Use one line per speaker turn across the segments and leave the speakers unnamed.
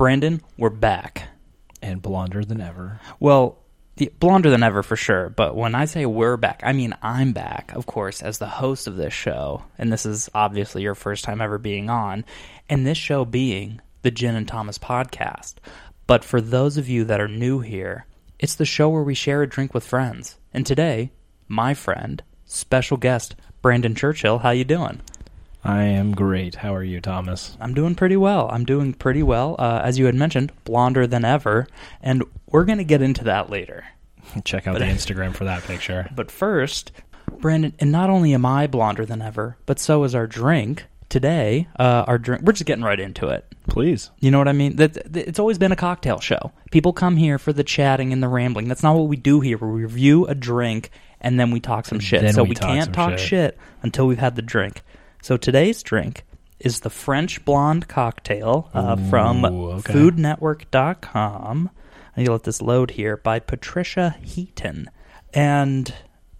Brandon, we're back.
and blonder than ever.
Well, the, blonder than ever for sure, but when I say we're back, I mean I'm back, of course, as the host of this show. And this is obviously your first time ever being on, and this show being the Jen and Thomas podcast. But for those of you that are new here, it's the show where we share a drink with friends. And today, my friend, special guest Brandon Churchill, how you doing?
I am great. How are you, Thomas?
I'm doing pretty well. I'm doing pretty well. Uh, as you had mentioned, blonder than ever. And we're going to get into that later.
Check out the Instagram for that picture.
But first, Brandon, and not only am I blonder than ever, but so is our drink. Today, uh, our drink, we're just getting right into it.
Please.
You know what I mean? That, that- it's always been a cocktail show. People come here for the chatting and the rambling. That's not what we do here. We review a drink and then we talk some shit.
then
so
we
we,
talk some
can't talk
shit.
shit. until we've had the drink. So today's drink is the French Blonde Cocktail uh, from
Ooh, okay.
foodnetwork.com. I need to let this load here by Patricia Heaton. And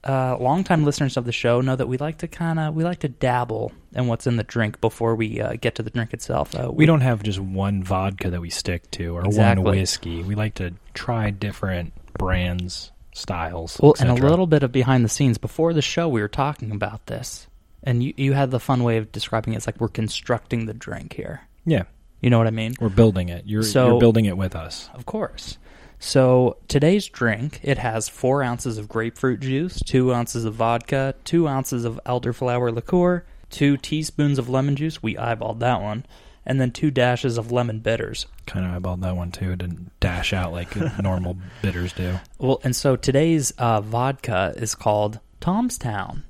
uh, longtime listeners of the show know that we like to kind of we like to dabble in what's in the drink before we uh, get to the drink itself. Uh,
We don't have just one vodka that we stick to or
Exactly.
one whiskey. We like to try different brands, styles.
Well,
et
and a
cetera.
little bit of behind the scenes. Before the show, we were talking about this, and you, you had the fun way of describing it. It's like we're constructing the drink here.
Yeah.
You know what I mean?
We're building it. You're,
So-
you're building it with us.
Of course. So today's drink, it has four ounces of grapefruit juice, two ounces of vodka, two ounces of elderflower liqueur, two teaspoons of lemon juice. We eyeballed that one, and then two dashes of lemon bitters.
Kind of eyeballed that one too. It didn't dash out like normal bitters do.
Well, and so today's uh, vodka is called Tomstown.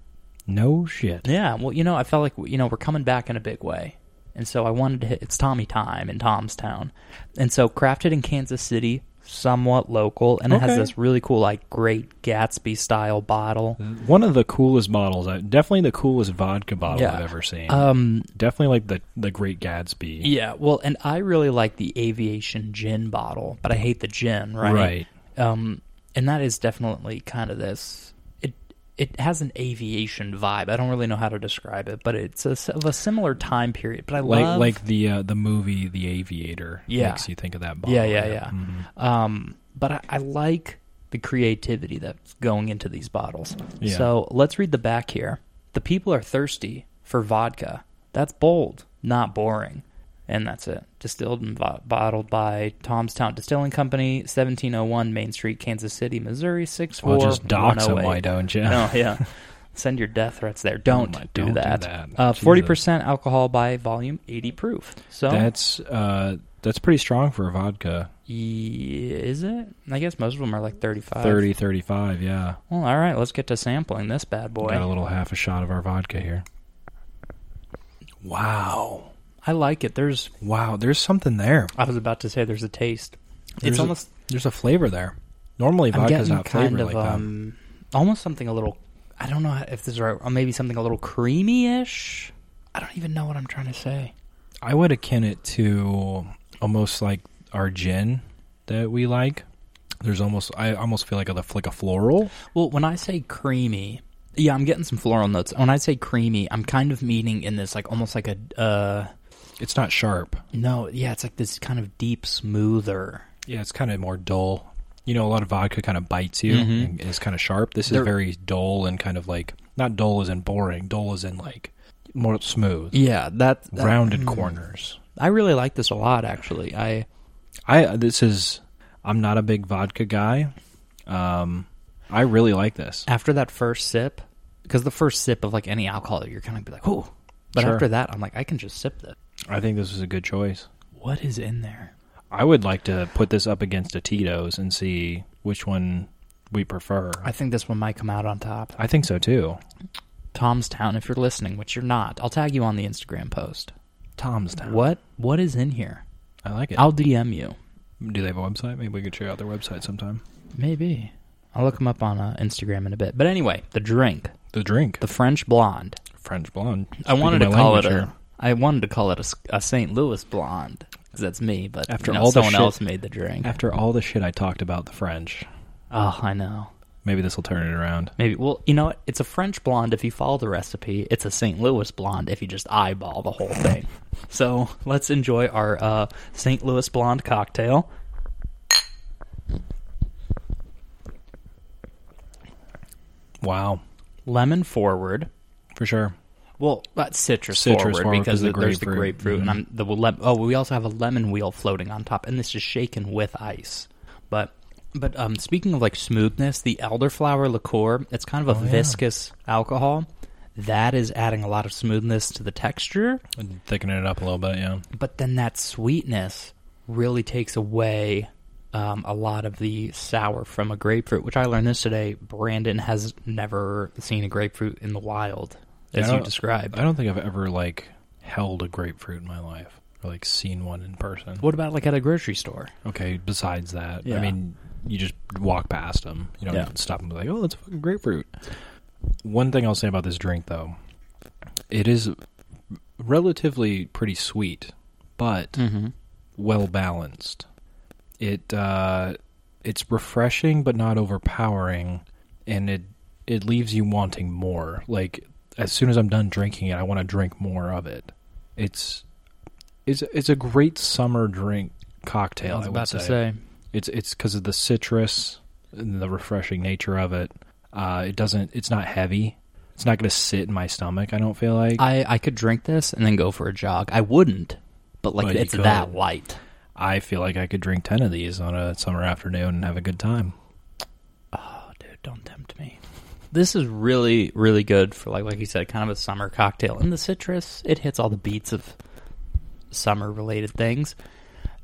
No shit.
Yeah, well, you know, I felt like you know we're coming back in a big way, and so I wanted to hit. It's Tommy time in Tomstown, and so crafted in Kansas City, somewhat local, and it has
Okay.
this really cool like Great Gatsby style bottle.
One of the coolest bottles. I- Definitely the coolest vodka bottle
Yeah.
I've ever seen.
Um,
definitely like the the Great Gatsby.
yeah, well, and I really like the Aviation Gin bottle, but I hate the gin, right?
Right.
Um, and that is definitely kind of this. It it has an aviation vibe. I don't really know how to describe it, but it's a, of a similar time period. But I
like
love
like the uh, the movie The Aviator.
Yeah.
makes you think of that. Bottle.
Yeah, yeah, yeah.
Mhm.
Um, but I, I like the creativity that's going into these bottles.
Yeah.
So let's read the back here. The people are thirsty for vodka. That's bold, not boring. And that's it. Distilled and vo- bottled by Tomstown Distilling Company, 1701 Main Street, Kansas City, Missouri, 64.
Well, just dox them, why don't you?
No, oh yeah. Send your death threats there. Don't,
my-
do
don't do
that.
that.
Uh,
Jesus.
40% alcohol by volume, 80 proof. So
That's uh, that's pretty strong for a vodka.
yeah, is it? I guess most of them are like 35.
30, 35, yeah.
Well, all right, let's get to sampling this bad
Got a
boy.
little half a shot of our vodka here. Wow.
I like it. There's
Wow, there's something there.
I was about to say there's a taste.
There's
it's
a-
almost
There's a flavor there. Normally
I'm
vodka's
getting
not flavored
kind of
like
um almost something a little I don't know how- if this is right. Or maybe something a little creamy-ish. I don't even know what I'm trying to say.
that. I would akin it to almost like our gin that we like. There's almost I almost feel like a like a floral.
Well, when I say creamy, yeah, I'm getting some floral notes. When I say creamy, I'm kind of meaning in this like almost like a uh
It's not sharp.
no, yeah, it's like this kind of deep smoother.
Yeah, it's kind of more dull. You know, a lot of vodka kind of bites you
Mhm.
and it's kind of sharp. This is
There-
very dull and kind of like not dull as in boring, dull as in like more smooth,
Yeah, that, that
rounded
mm.
corners.
I really like this a lot, actually. I
I this is I'm not a big vodka guy. Um I really like this.
after that first sip, because the first sip of like any alcohol, you're kind of be like, "Ooh," but
Sure.
after that, I'm like, I can just sip this.
I think this is a good choice.
What is in there?
I would like to put this up against a Tito's and see which one we prefer.
I think this one might come out on top.
I think so too.
Tom's Town, if you're listening, which you're not, I'll tag you on the Instagram post.
Tom's Town.
What what is in here?
I like it.
I'll DM you.
Do they have a website? Maybe we could check out their website sometime.
Maybe I'll look them up on uh, Instagram in a bit. But anyway, the drink,
The drink.
the French blonde.
French blonde.
I wanted to
Speaking my
call it
language
a. I wanted to call it a s- a, St. Louis blonde because that's me. But
After
you know,
all the
someone
shit-
else made the drink.
here. After all the shit I talked about the French,
Oh, I know.
Maybe this will turn it around.
Maybe. Well, you know what? It's a French blonde if you follow the recipe. It's a St. Louis blonde if you just eyeball the whole thing. so let's enjoy our uh, St. Louis blonde cocktail.
Wow,
Lemon forward.
for sure.
Well, that's citrus,
Citrus
forward,
forward
because
'cause of the
there's the
grapefruit.
grapefruit and I'm the lem- oh we also have a lemon wheel floating on top and this is shaken with ice. But but um, speaking of like smoothness, the elderflower liqueur, it's kind of a
Oh, yeah.
viscous alcohol. That is adding a lot of smoothness to the texture,
And Thickening it up a little bit, yeah.
but then that sweetness really takes away um, a lot of the sour from a grapefruit, which I learned this today. Brandon has never seen a grapefruit in the wild, as
Yeah, I
you
don't-
described.
I don't think I've ever like held a grapefruit in my life or like seen one in person.
What about like at a grocery store?
Okay, besides that,
Yeah.
I mean, you just walk past them. You don't
Yeah.
even stop and be like, "Oh, that's a fucking grapefruit." One thing I'll say about this drink, though, it is relatively pretty sweet, but
Mm-hmm.
well balanced. It uh, it's refreshing but not overpowering, and it it leaves you wanting more. Like as soon as I'm done drinking it, I want to drink more of it. It's it's it's a great summer drink cocktail.
I was
would
about to
say.
say.
It's it's because of the citrus and the refreshing nature of it. Uh, it doesn't. It's not heavy. It's not going to sit in my stomach. I don't feel like.
I, I could drink this and then go for a jog. I wouldn't, but like
But you
it's that
could.
light.
I feel like I could drink ten of these on a summer afternoon and have a good time.
Oh, dude, don't tempt me. This is really, really good for like like you said, kind of a summer cocktail. And the citrus, it hits all the beats of summer related things.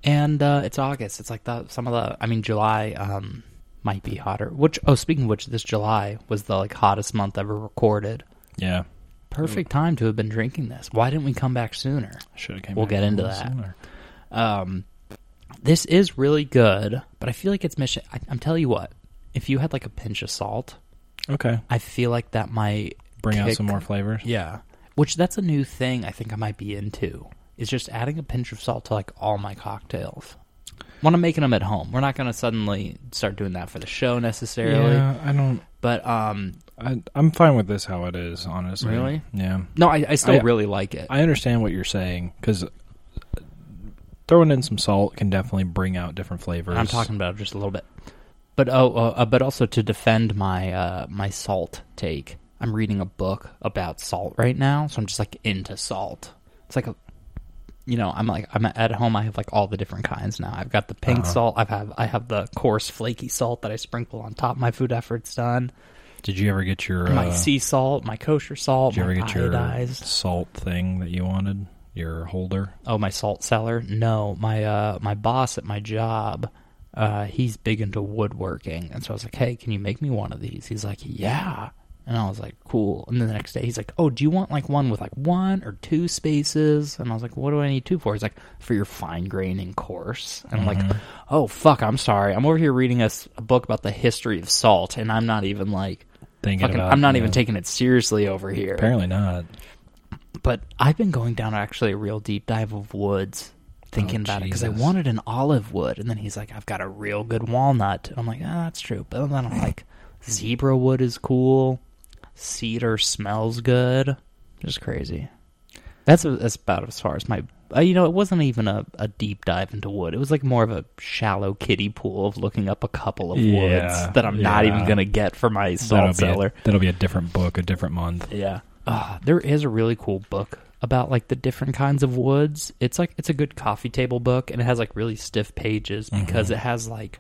And uh, it's August. It's like the some of the I mean July um, might be hotter. Which oh speaking of which, this July was the like hottest month ever recorded.
Yeah.
Perfect time to have been drinking this. Why didn't we come back sooner?
Should have came.
We'll
back
get
a
into
little
that.
sooner.
Um, this is really good, but I feel like it's mission. I, I'm telling you what, if you had like a pinch of salt,
Okay,
I feel like that might
bring out
kick-
some more flavors.
Yeah, which that's a new thing I think I might be into. Is just adding a pinch of salt to like all my cocktails. When I'm making them at home, we're not going to suddenly start doing that for the show necessarily.
Yeah, I don't.
But um,
I, I'm fine with this how it is, honestly.
Really?
Yeah.
no, I, I still
I-
really like it.
I understand what you're saying because throwing in some salt can definitely bring out different flavors.
And I'm talking about it just a little bit. But oh, uh, uh, but also to defend my uh, my salt take, I'm reading a book about salt right now, so I'm just like into salt. It's like a, you know, I'm like I'm at home. I have like all the different kinds now. I've got the pink
Uh-huh.
salt. I've have I have the coarse flaky salt that I sprinkle on top of my food after it's done.
Did you ever get your
my
uh,
sea salt, my kosher salt,
Did you
my
ever get your
iodized.
salt thing that you wanted? Your holder?
Oh, my salt cellar? No, my uh, my boss at my job, uh, he's big into woodworking, and so I was like, "Hey, can you make me one of these?" He's like, "Yeah," and I was like, "Cool." And then the next day, he's like, "Oh, do you want like one with like one or two spaces?" And I was like, "What do I need two for?" He's like, "For your fine graining course." And I'm like, "Oh fuck, I'm sorry. I'm over here reading a, s- a book about the history of salt, and I'm not even like."
Thinking
Fucking,
about-
I'm not even
yeah.
taking it seriously over here
Apparently not.
but I've been going down actually a real deep dive of woods, thinking
Oh,
about it because I
Jesus.
wanted an olive wood, and then he's like, "I've got a real good walnut." And I'm like, "Ah, that's true," but then I'm like, "Zebra wood is cool. Cedar smells good. Just crazy." That's that's about as far as my. Uh, you know, it wasn't even a, a deep dive into wood. It was like more of a shallow kiddie pool of looking up a couple of
Yeah,
woods that I'm not even
yeah.
gonna get for my salt
that'll,
cellar.
Be a, that'll be a different book, a different month.
Yeah. Uh, there is a really cool book about like the different kinds of woods. It's like it's a good coffee table book and it has like really stiff pages
Mm-hmm.
because it has like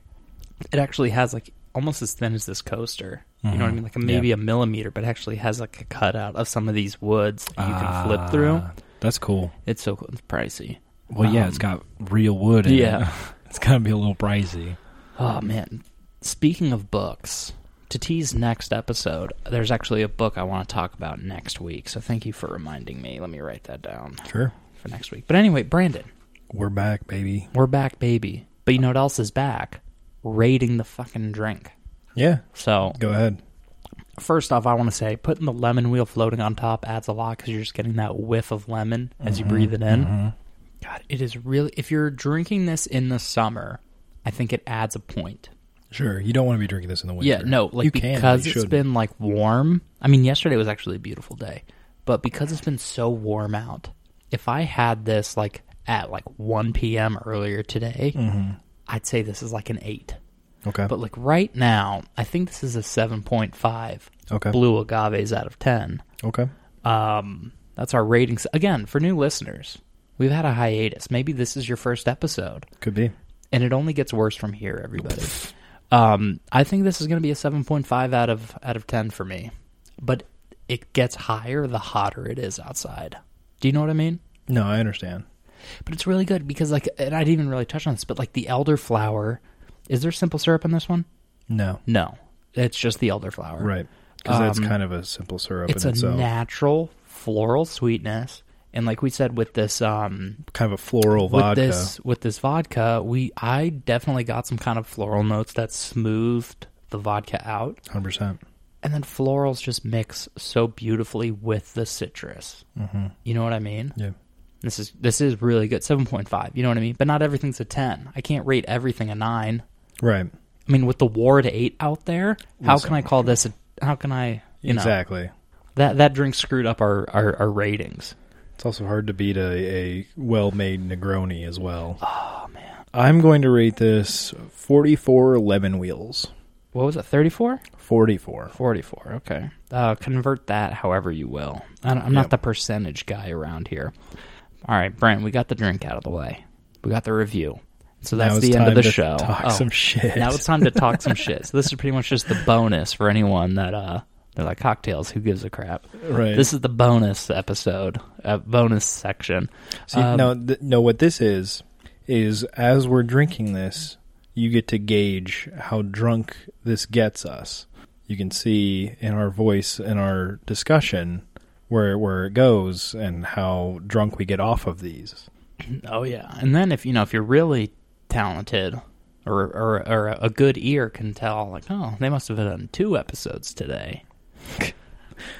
it actually has like almost as thin as this coaster. You know what I mean? Like a, maybe
Mm-hmm. Yeah.
a millimeter, but it actually has like a cutout of some of these woods that you can flip through.
Ah, That's cool.
It's so cool. It's pricey.
Well, yeah,
Um,
it's got real wood. In
yeah.
it. it's got to be a little pricey.
Oh man. Speaking of books, to tease next episode, there's actually a book I want to talk about next week. So thank you for reminding me. Let me write that down
Sure.
for next week. But anyway, Brandon,
We're back, baby.
We're back, baby. But you know what else is back? Rating the fucking drink.
Yeah,
So,
go ahead.
first off, I want to say putting the lemon wheel floating on top adds a lot because you're just getting that whiff of lemon as you breathe it in.
Mm-hmm,
God, it is really. If you're drinking this in the summer, I think it adds a point.
Sure, you don't want to be drinking this in the winter.
Yeah, no, like
you can, but
because
you
it's
shouldn't.
been like warm. I mean, yesterday was actually a beautiful day, but because it's been so warm out, if I had this like at like 1 p.m. earlier today,
Mm.
I'd say this is like an 8.
Mm-hmm. okay.
But like right now, I think this is a 7.5
okay,
blue agaves out of 10.
okay.
Um, that's our ratings. Again, for new listeners, we've had a hiatus. Maybe this is your first episode,
Could be.
and it only gets worse from here, everybody. um, I think this is going to be a 7.5 out of out of 10 for me, but it gets higher the hotter it is outside. Do you know what I mean?
No, I understand.
But it's really good because like, and I didn't even really touch on this, but like the elderflower, is there simple syrup in this one?
No,
No, it's just the elderflower.
right? Because that's
Um,
kind of a simple syrup
It's
in
a
itself.
natural floral sweetness, and like we said with this um
kind of a floral vodka.
with this with this vodka, we I definitely got some kind of floral notes that smoothed the vodka out,
Hundred percent.
and then florals just mix so beautifully with the citrus. Mm-hmm. You know what I mean?
Yeah.
This is this is really good. Seven point five. You know what I mean? But not everything's a ten. I can't rate everything a nine.
Right.
I mean, with the war to eight out there, how
Listen.
can I call this? A, how can I? You know,
exactly.
that that drink screwed up our, our, our ratings.
It's also hard to beat a, a well-made Negroni as well. Oh man. I'm going to rate this 44 lemon wheels.
What was it? Thirty four.
44.
44 okay uh, convert that however you will I don't, i'm
Yeah.
not the percentage guy around here all right brent we got the drink out of the way we got the review so that's
now it's
the
time
end of the
to
show
Talk
Oh,
some shit.
now it's time to talk some shit so this is pretty much just the bonus for anyone that uh they're like cocktails who gives a crap
right.
this is the bonus episode uh, bonus section
See,
Um,
no, th- no. What this is is as we're drinking this, you get to gauge how drunk this gets us. You can see in our voice in our discussion where where it goes and how drunk we get off of these.
Oh yeah, and then if you know if you're really talented or or, or a good ear can tell like oh they must have done two episodes today,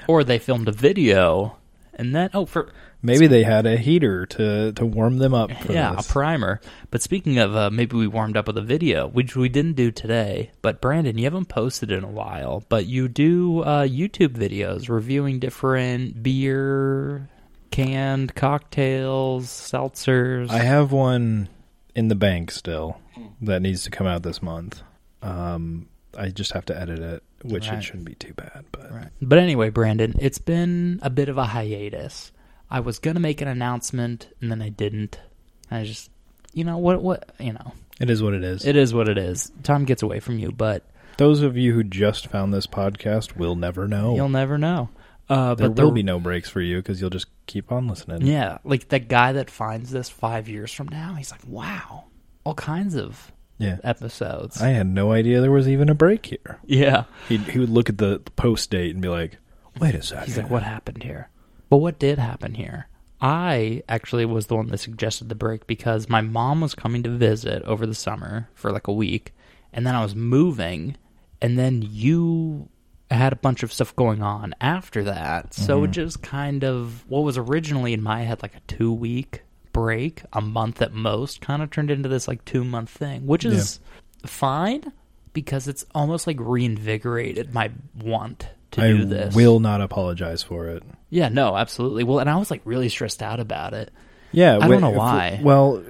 or they filmed a video and then oh for
Maybe they had a heater to to warm them up. For
yeah
this.
a primer. But speaking of uh, maybe we warmed up with a video which we didn't do today. But Brandon, you haven't posted in a while, but you do uh, YouTube videos reviewing different beer. Canned cocktails, seltzers.
I have one in the bank still that needs to come out this month. Um, I just have to edit it, which
Right.
it shouldn't be too bad. But
But anyway, Brandon, it's been a bit of a hiatus. I was gonna make an announcement and then I didn't. I just, you know what? What you know,
it is what it is.
it is what it is. Time gets away from you, but
Those of you who just found this podcast will never know.
you'll never know. Uh,
Oh. there
but
will
the-
be no breaks for you because you'll just keep on listening.
yeah, like that guy that finds this five years from now, he's like, wow, all kinds of
Yeah.
episodes.
I had no idea there was even a break here.
yeah,
He'd, he would look at the the post date and be like, wait a second.
He's like, what happened here? But what did happen here? I actually was the one that suggested the break because my mom was coming to visit over the summer for like a week, and then I was moving, and then you had a bunch of stuff going on after that. So
Mm-hmm.
it just kind of what was originally in my head like a two week break, a month at most, kind of turned into this like two month thing, which is fine because it's almost like reinvigorated my want to
I
do this.
will not apologize for it.
Yeah, no, absolutely. Well, and I was like really stressed out about it.
Yeah.
don't
wait-
know
if-
why.
Well,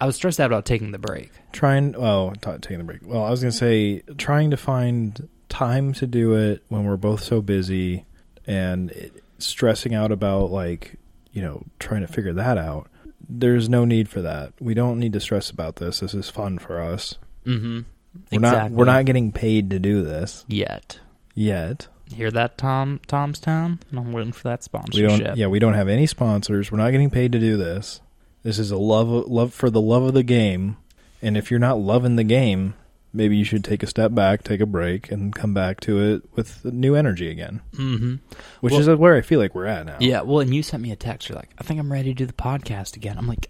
I was stressed out about taking the break.
trying oh t- taking the break well i was going to say trying to find time to do it when we're both so busy and it, stressing out about like you know trying to figure that out there's no need for that we don't need to stress about this this is fun for us
Mm-hmm.
we're not we're not getting paid to do this
yet.
yet
Hear that, Tom? Tom's Town. And I'm waiting for that
we
sponsorship.
don't yeah we don't have any sponsors we're not getting paid to do this this is a love love for the love of the game and if you're not loving the game maybe you should take a step back take a break and come back to it with new energy again
Mm-hmm.
which
Well-
is where i feel like we're at now
Yeah. Well, and you sent me a text. You're like, I think I'm ready to do the podcast again. I'm like,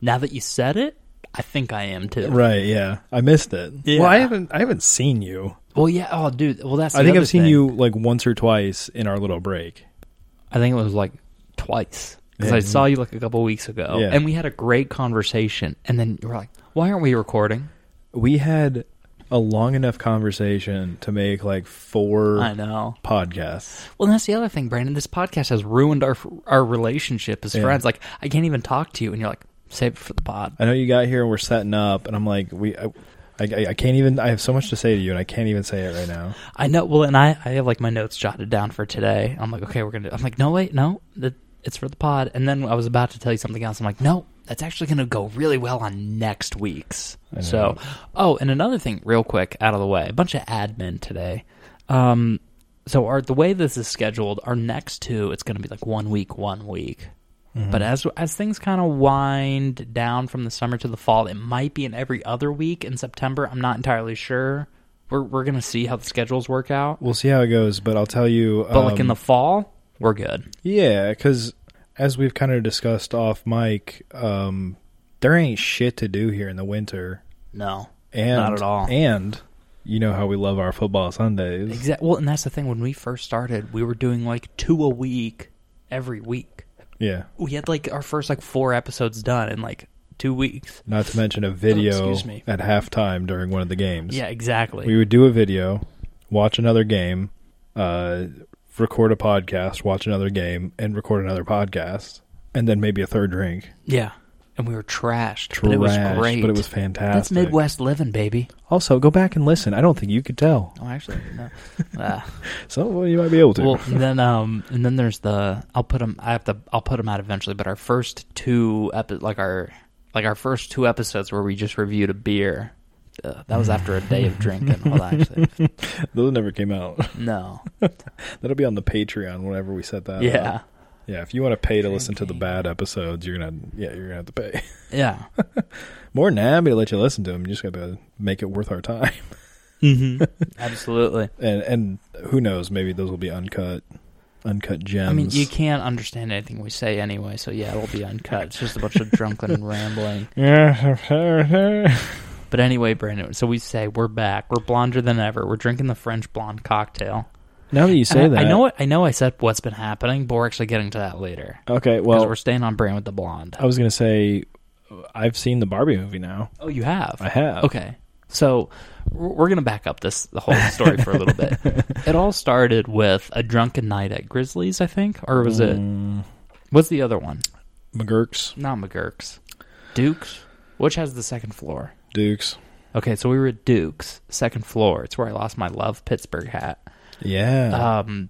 now that you said it, I think I am too.
right yeah i missed it
Yeah.
well i haven't i haven't seen you
Well, yeah. Oh, dude. Well, that's. The
i think
other
i've seen
thing.
you like once or twice in our little break
I think it was like twice because
Yeah.
I saw you like a couple weeks ago,
Yeah.
and we had a great conversation. And then you were like, "Why aren't we recording?"
we had a long enough conversation to make like four
I know.
podcasts.
Well, that's the other thing, Brandon. This podcast has ruined our our relationship as
Yeah.
friends. Like, I can't even talk to you, and you're like, save it for the pod.
I know you got here and we're setting up, and I'm like, we, I, I, I can't even. I have so much to say to you, and I can't even say it right now.
I know. Well, and I, I have like my notes jotted down for today. I'm like, okay, we're gonna. I'm like, no, wait, no, that it's for the pod. And then I was about to tell you something else. I'm like, no, that's actually gonna go really well on next week's.
I know.
So, oh, and another thing, real quick, out of the way, a bunch of admin today. Um, so our the way this is scheduled, our next two, it's gonna be like one week, one week.
Mm-hmm.
But as as things kind of wind down from the summer to the fall, it might be in every other week in September. I'm not entirely sure. We're we're gonna see how the schedules work out.
We'll see how it goes, but I'll tell you.
But like in
um,
the fall, we're good.
Yeah, because as we've kind of discussed off mic, um, there ain't shit to do here in the winter,
No,
and
Not at all.
And you know how we love our football Sundays.
exactly. Well, and that's the thing. When we first started, we were doing like two a week every week.
Yeah,
We had like our first like four episodes done in like two weeks.
not to mention a video
excuse me.
at halftime during one of the games.
Yeah, exactly.
we would do a video, watch another game, uh, record a podcast, watch another game, and record another podcast, and then maybe a third drink.
yeah, and we were trashed,
Trash,
but it was great.
but it was fantastic.
that's Midwest living, baby.
Also, go back and listen. I don't think you could tell.
Oh, actually, no. Ah.
So well, you might be able to.
Well, and then um, and then there's the I'll put them. I have to. I'll put them out eventually. But our first two epi- like our like our first two episodes where we just reviewed a beer. Uh, that was after a day of drinking. Well, actually,
Those never came out.
no.
That'll be on the Patreon whenever we set that.
Yeah,
up. yeah. If you want to pay to listen to the bad episodes, you're gonna yeah you're gonna have to pay
yeah.
more than happy to let you listen to them. You just gotta make it worth our time.
hmm Absolutely.
And and who knows? Maybe those will be uncut, uncut gems.
I mean, you can't understand anything we say anyway, so yeah, it'll be uncut. It's just a bunch of drunken rambling.
Yeah.
But anyway, Brandon, so we say we're back. We're blonder than ever. We're drinking the French blonde cocktail.
now that you say
And
that,
I, I know it, I know I said what's been happening, but we're actually getting to that later.
Okay,
Because
well, Oh,
we're staying on brand with the blonde.
I was gonna say, I've seen the Barbie movie now.
Oh, you have.
I have.
Okay, so we're we're gonna back up this the whole story for a little bit. It all started with a drunken night at Grizzlies, I think, or was it?
Mm,
What's the other one?
McGurk's,
Not McGurk's, Duke's, which has the second floor.
Duke's.
Okay, so we were at Duke's second floor. It's where I lost my love Pittsburgh hat.
Yeah.
Um,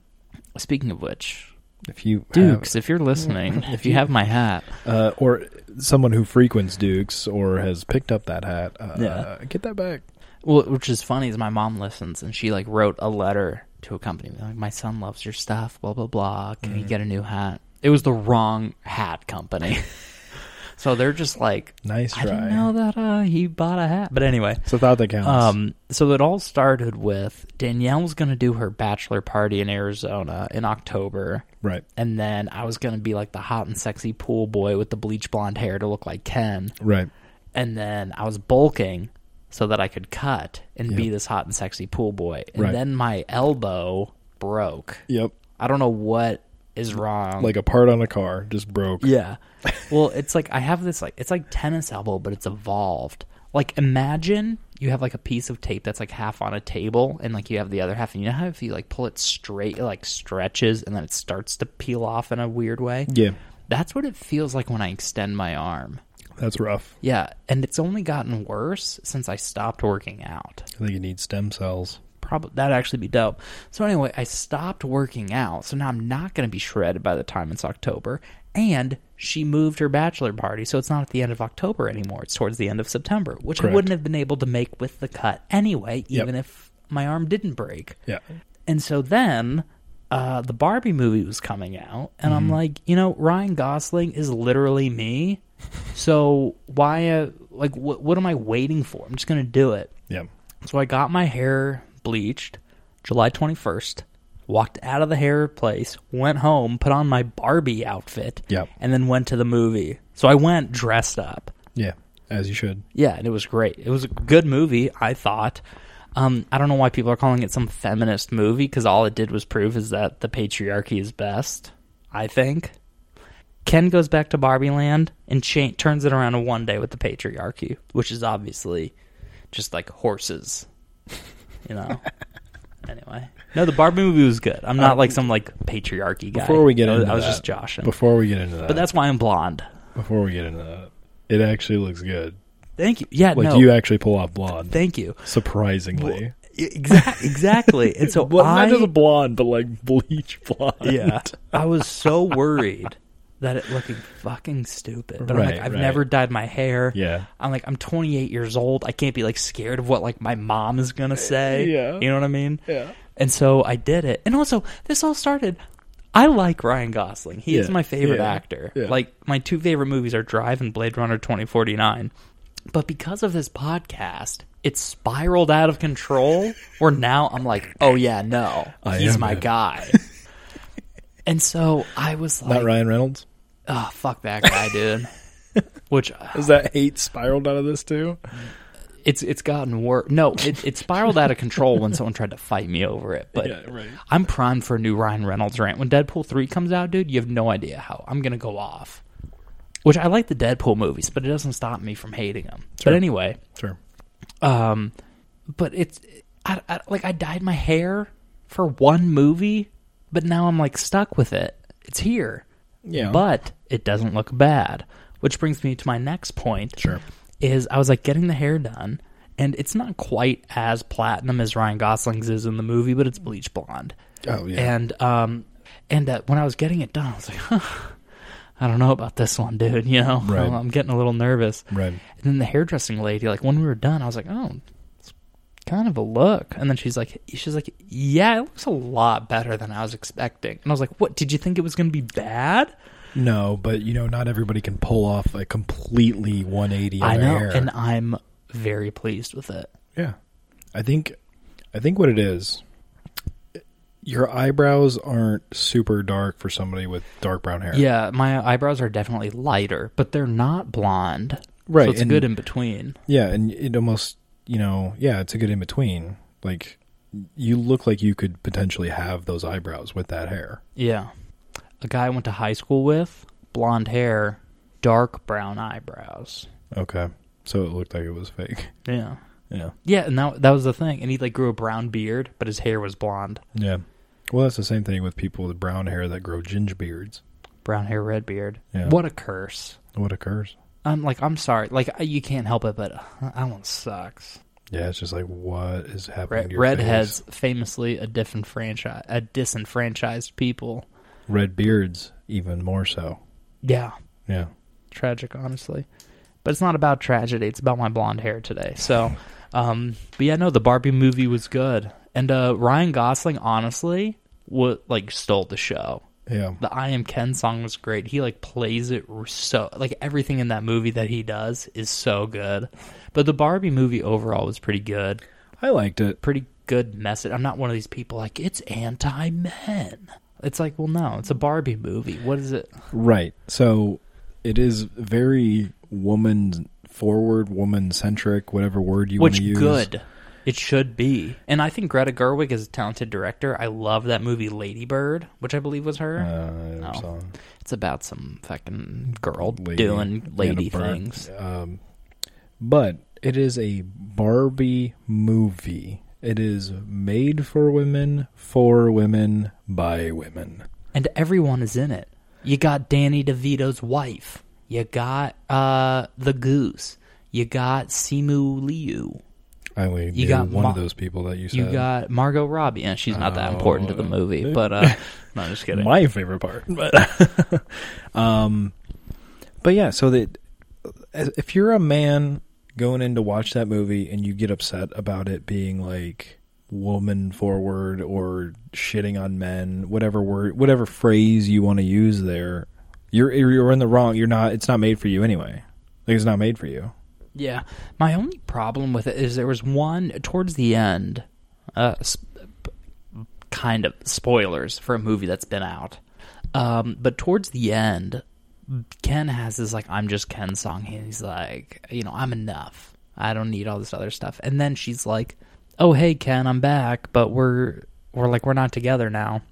speaking of which,
if you have-
Duke's, if you're listening, if you have my hat,
uh, or someone who frequents Duke's or has picked up that hat, uh,
Yeah.
get that back.
Well, which is funny is my mom listens and she like wrote a letter to a company like my son loves your stuff, blah blah blah. Can you get a new hat? It was the wrong hat company. so they're just like,
Nice
I didn't
try.
know that uh, he bought a hat. But anyway,
It's a thought that counts.
um, so it all started with Danielle's going to do her bachelor party in Arizona in October.
right,
And then I was going to be like the hot and sexy pool boy with the bleach blonde hair to look like Ken
right.
and then I was bulking so that I could cut and be
Yep.
this hot and sexy pool boy. And
Right.
then my elbow broke.
Yep.
I don't know what is wrong.
Like a part on a car just broke.
yeah. well, it's like I have this like it's like tennis elbow, but it's evolved. Like imagine you have like a piece of tape that's like half on a table and like you have the other half and you know how if you like pull it straight it like stretches and then it starts to peel off in a weird way?
Yeah.
That's what it feels like when I extend my arm.
That's rough.
Yeah, and it's only gotten worse since I stopped working out.
I think you need stem cells.
Probably that'd actually be dope. So anyway, I stopped working out, so now I'm not going to be shredded by the time it's October. And she moved her bachelor party, so it's not at the end of October anymore. It's towards the end of September, which I
Correct.
wouldn't have been able to make with the cut anyway,
Yep.
even if my arm didn't break.
Yeah.
And so then uh, the Barbie movie was coming out, and I'm like, you know, Ryan Gosling is literally me. So why, uh, like, what, what am I waiting for? I'm just going to do it.
Yeah.
So I got my hair bleached July 21st, walked out of the hair place, went home, put on my Barbie outfit,
Yep.
and then went to the movie. So I went dressed up.
Yeah. As you should.
Yeah, and it was great. It was a good movie, I thought. Um, I don't know why people are calling it some feminist movie because all it did was prove is that the patriarchy is best. I think Ken goes back to Barbie Land and cha- turns it around in one day with the patriarchy, which is obviously just like horses You know. anyway, no, the Barbie movie was good. I'm not like some like patriarchy guy.
Uh, Before we get
I was,
into
I was
that,
just joshing.
Before we get into that,
but that's why I'm blonde.
before we get into that, it actually looks good.
Thank you. Yeah,
Like
no.
you actually pull off blonde,
Thank you.
surprisingly.
Exactly. e-, Exactly. And so
well,
I
not just blonde, but like bleach blonde.
yeah. I was so worried that it looking fucking stupid. But I'm
Right,
like, I've
right.
never dyed my hair.
Yeah.
I'm like, I'm 28 years old. I can't be like scared of what like my mom is gonna say.
Yeah.
You know what I mean?
Yeah.
And so I did it. And also, this all started. I like Ryan Gosling. He is
Yeah.
my favorite
Yeah.
actor.
Yeah.
Like my two favorite movies are Drive and Blade Runner 2049. But because of this podcast, it spiraled out of control. where now I'm like, oh yeah, no,
I
he's
am
my
him.
guy. and so I was like,
Not Ryan Reynolds.
oh fuck that guy, dude. Which uh,
Is that hate spiraled out of this too?
it's it's gotten worse. No, it, it spiraled out of control when someone tried to fight me over it. But
Yeah, right.
I'm primed for a new Ryan Reynolds rant. When Deadpool 3 comes out, dude, you have no idea how I'm going to go off. Which I like the Deadpool movies, but it doesn't stop me from hating them. But anyway,
Sure.
um, but it's I, I, like I dyed my hair for one movie, but now I'm like stuck with it. It's here,
Yeah.
but it doesn't look bad. Which brings me to my next point
Sure.
is I was like getting the hair done, and it's not quite as platinum as Ryan Gosling's is in the movie, but it's bleach blonde.
Oh, yeah.
And um, and uh, when I was getting it done, I was like, I don't know about this one, dude. You know,
Right.
I'm getting a little nervous.
Right.
And then the hairdressing lady, like when we were done, I was like, oh, it's kind of a look. And then she's like, she's like, yeah, it looks a lot better than I was expecting. And I was like, what? Did you think it was going to be bad?
No, but you know, not everybody can pull off a completely 180.
I
of
know,
hair.
and I'm very pleased with it.
Yeah. I think I think what it is your eyebrows aren't super dark for somebody with dark brown hair.
Yeah, my eyebrows are definitely lighter, but they're not blonde.
Right,
So it's
and-
good in between.
Yeah, and it almost, you know, yeah, it's a good in between. Like you look like you could potentially have those eyebrows with that hair.
Yeah. A guy I went to high school with, blonde hair, dark brown eyebrows.
Okay. So it looked like it was fake.
Yeah.
Yeah.
Yeah, and that, that was the thing. And he like grew a brown beard, but his hair was blonde.
Yeah. Well, that's the same thing with people with brown hair that grow ginger beards.
Brown hair, red beard.
Yeah.
What a curse.
What occurs?
I'm like, I'm sorry. Like, I- you can't help it, but uh, that one sucks.
Yeah, it's just like what is happening
Red,
to your
redheads,
face?
famously a different franchise, a disenfranchised people.
red beards even more so.
Yeah.
Yeah.
tragic, honestly. But it's not about tragedy. It's about my blonde hair today. So, um, but yeah, no, the Barbie movie was good, and uh, Ryan Gosling honestly wa like stole the show.
Yeah.
The "I Am Ken" song was great. He like plays it r- so like everything in that movie that he does is so good. But the Barbie movie overall was pretty good.
I liked it.
Pretty good message. I'm not one of these people like it's anti men. It's like, well, no, it's a Barbie movie. What is it?
Right. So it is very woman forward, woman centric, whatever word you want
which
to use.
good it should be and i think greta gerwig is a talented director i love that movie ladybird which i believe was her
Uh,
No.
song.
it's about some fucking girl
Lady
doing lady
and a bird.
things
Um, but it is a Barbie movie. It is made for women, for women, by women.
and everyone is in it you got danny devito's wife you got uh the goose you got simu liu
I only
You
knew
got
one of
Ma-
those people that you said.
you got margot robbie and she's not that
Oh,
important to the movie
okay.
but uh no, i'm just kidding
my favorite part. But, um, but yeah, so that as- if you're a man going in to watch that movie and you get upset about it being like woman forward or shitting on men, whatever word, whatever phrase you want to use there, you're you're in the wrong. You're not. It's not made for you anyway. Like it's not made for you.
Yeah, my only problem with it is there was one towards the end, uh, sp- kind of spoilers for a movie that's been out. Um, but towards the end, Ken has this like "I'm just Ken" song, and he's like, you know, I'm enough. I don't need all this other stuff. And then she's like, "Oh hey Ken, I'm back, but we're we're like we're not together now."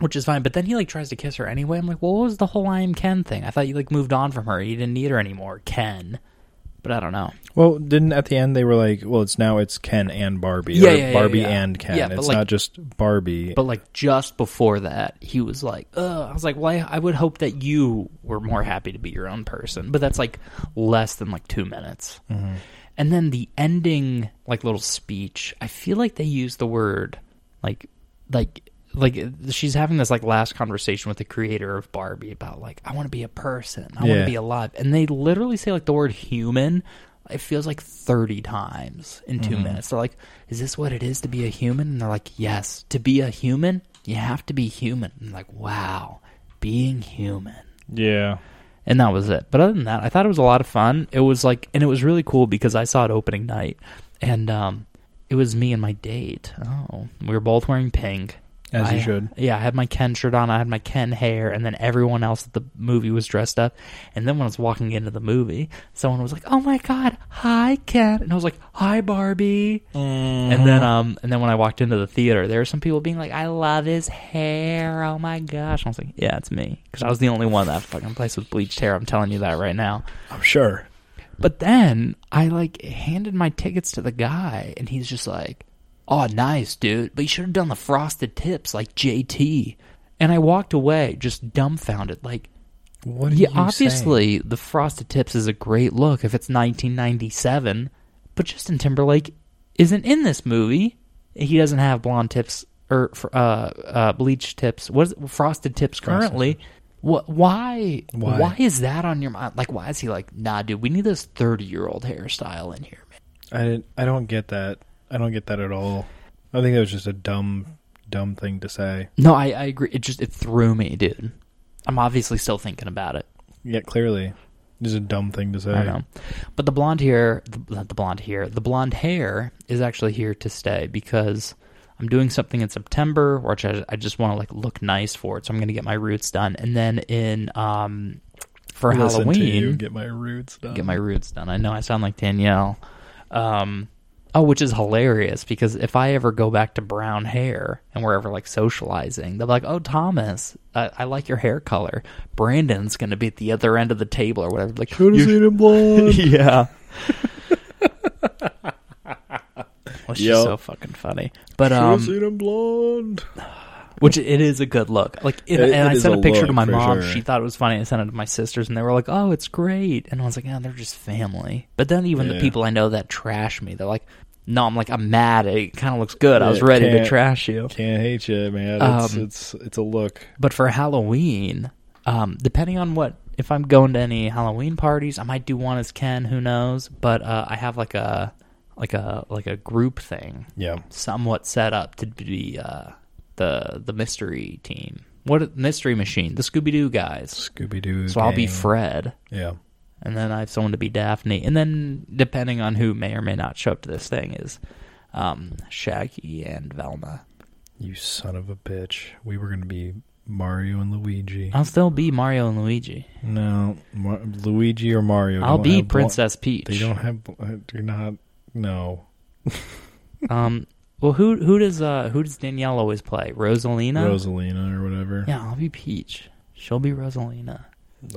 Which is fine, but then he like tries to kiss her anyway. I'm like, well, what was the whole "I am Ken" thing? I thought you like moved on from her. You didn't need her anymore, Ken. But but I don't know.
Well, didn't at the end they were like, well, it's now it's Ken and Barbie,
Yeah,
or
yeah, yeah,
Barbie
yeah.
and Ken.
Yeah, but
it's
like-
not just Barbie.
But like just before that, he was like, Ugh. I was like, well, I, I would hope that you were more happy to be your own person, but that's like less than like two minutes.
Mm-hmm.
And then the ending, like little speech, I feel like they use the word like, like, like she's having this like last conversation with the creator of Barbie about like, I want to be a person, I want
Yeah.
to be alive, and they literally say like the word human. It feels like thirty times in 2 minutes. They're like, "Is this what it is to be a human?" And they're like, "Yes, to be a human, you have to be human." And I'm like, wow, being human
Yeah.
and that was it. But other than that, I thought it was a lot of fun. It was like, and it was really cool because I saw it opening night, and um, it was me and my date. Oh, we were both wearing pink.
As you
I-
should.
Yeah, I had my Ken shirt on. I had my Ken hair, and then everyone else at the movie was dressed up. And then when I was walking into the movie, someone was like, "Oh my god, hi Ken," and I was like, "Hi Barbie." And then, um, and then when I walked into the theater, there were some people being like, "I love his hair. Oh my gosh!" And I was like, "Yeah, it's me," because I was the only one in that fucking place with bleached hair. I'm telling you that right now.
I'm sure.
But then I like handed my tickets to the guy, and he's just like, "Oh, nice, dude, but you should have done the frosted tips like JT." And I walked away just dumbfounded, like,
What? Are
yeah,
you saying?
obviously the frosted tips is a great look if it's 1997, but Justin Timberlake isn't in this movie. He doesn't have blonde tips or fr- uh, uh, bleach tips. What is it? frosted tips currently? What? Why,
Why?
why? is that on your mind? Like, why is he like, nah, dude? We need this 30 year old hairstyle in here, man.
I didn't, I don't get that. I don't get that at all. I think that was just a dumb, dumb thing to say.
No, I, I agree. It just it threw me, dude. I'm obviously still thinking about it.
Yeah, clearly, it's a dumb thing to say.
I know. But the blonde hair, the, not the blonde hair, the blonde hair is actually here to stay because I'm doing something in September, which I, I just want to like look nice for it. So I'm going to get my roots done, and then in um for
Listen to
Halloween,
you, get my roots done.
get my roots done. I know I sound like Danielle. Um, oh, which is hilarious because if I ever go back to brown hair and we're ever like socializing, they'll be like, "Oh, Thomas, I, I like your hair color." Brandon's going to be at the other end of the table or whatever. Like,
Should
"You
have seen him blonde.
yeah. Which
Yep.
is so fucking funny, but
Should have
um,
seen him blonde.
which it is a good look. Like, it, and
It- it
I
is
sent
a
a picture
look,
to my
for
mom.
sure.
She thought it was funny. I sent it to my sisters, and they were like, "Oh, it's great." And I was like, "Yeah, they're just family." But then even
Yeah.
the people I know that trash me, they're like, "No, I'm like, I'm mad. It kind of looks good. I
Yeah,
was ready to
can't-
trash you."
Can't hate you, man. It's
Um,
it's it's a look.
But for Halloween, um, depending on what, if I'm going to any Halloween parties, I might do one as Ken. Who knows? But uh, I have like a like a like a group thing,
Yeah.
somewhat set up to be uh, the the mystery team. What mystery machine? The Scooby Doo guys.
Scooby Doo.
So I'll be Fred,
Yeah.
and then I have someone to be Daphne, and then depending on who may or may not show up to this thing is um, Shaggy and Velma.
You son of a bitch. We were gonna be Mario and Luigi.
I'll still be Mario and Luigi.
no, Mar- Luigi or Mario.
I'll
don't
be
have blo-
Princess Peach.
They don't have. bl- uh, Do not. No.
Um. Well, who who does uh who does Danielle always play? Rosalina.
Rosalina or whatever.
Yeah, I'll be Peach. She'll be Rosalina.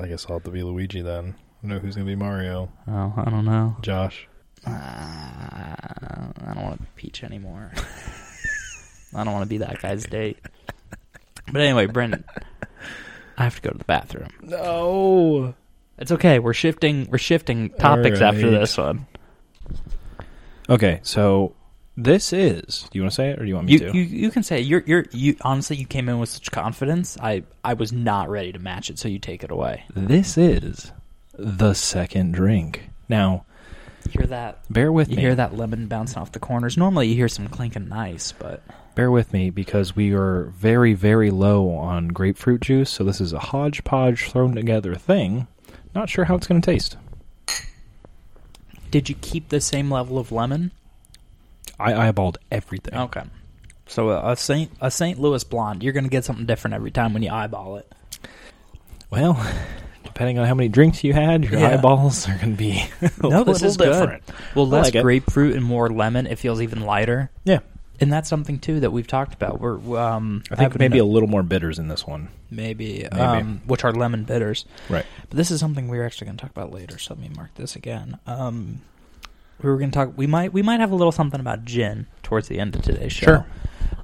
I guess I'll have to be Luigi then. I don't know who's gonna be Mario.
Oh, I don't know.
Josh.
Uh, I don't want to be Peach anymore. I don't want to be that guy's date. But anyway, Brendan, I have to go to the bathroom.
No.
It's okay. We're shifting. We're shifting topics after
right.
this one.
Okay, so this is. Do you want to say it, or do you want me
You,
to?
you you can say you're you're you honestly you came in with such confidence. I I was not ready to match it, so you take it away.
this is the second drink. Now,
Hear that?
bear with
You
me.
hear that lemon bouncing off the corners. Normally, you hear some clinking nice, but
Bear with me because we are very, very low on grapefruit juice, so this is a hodgepodge thrown together thing. Not sure how it's going to taste.
did you keep the same level of lemon?
I eyeballed everything.
Okay, so uh, a, a Saint a Saint Louis blonde, you're gonna get something different every time when you eyeball it.
Well, depending on how many drinks you had, your
Yeah.
eyeballs are going to be a
No, this
little
is good.
different.
Well,
I
less
like it.
grapefruit and more lemon. It feels even lighter.
Yeah.
and that's something too that we've talked about. We're um,
I think
I've
maybe
no-
a little more bitters in this one.
maybe,
Maybe.
Um, which are lemon bitters.
Right.
But this is something we were actually going to talk about later. So let me mark this again. Um, we were going to talk. We might we might have a little something about gin towards the end of today's show.
Sure.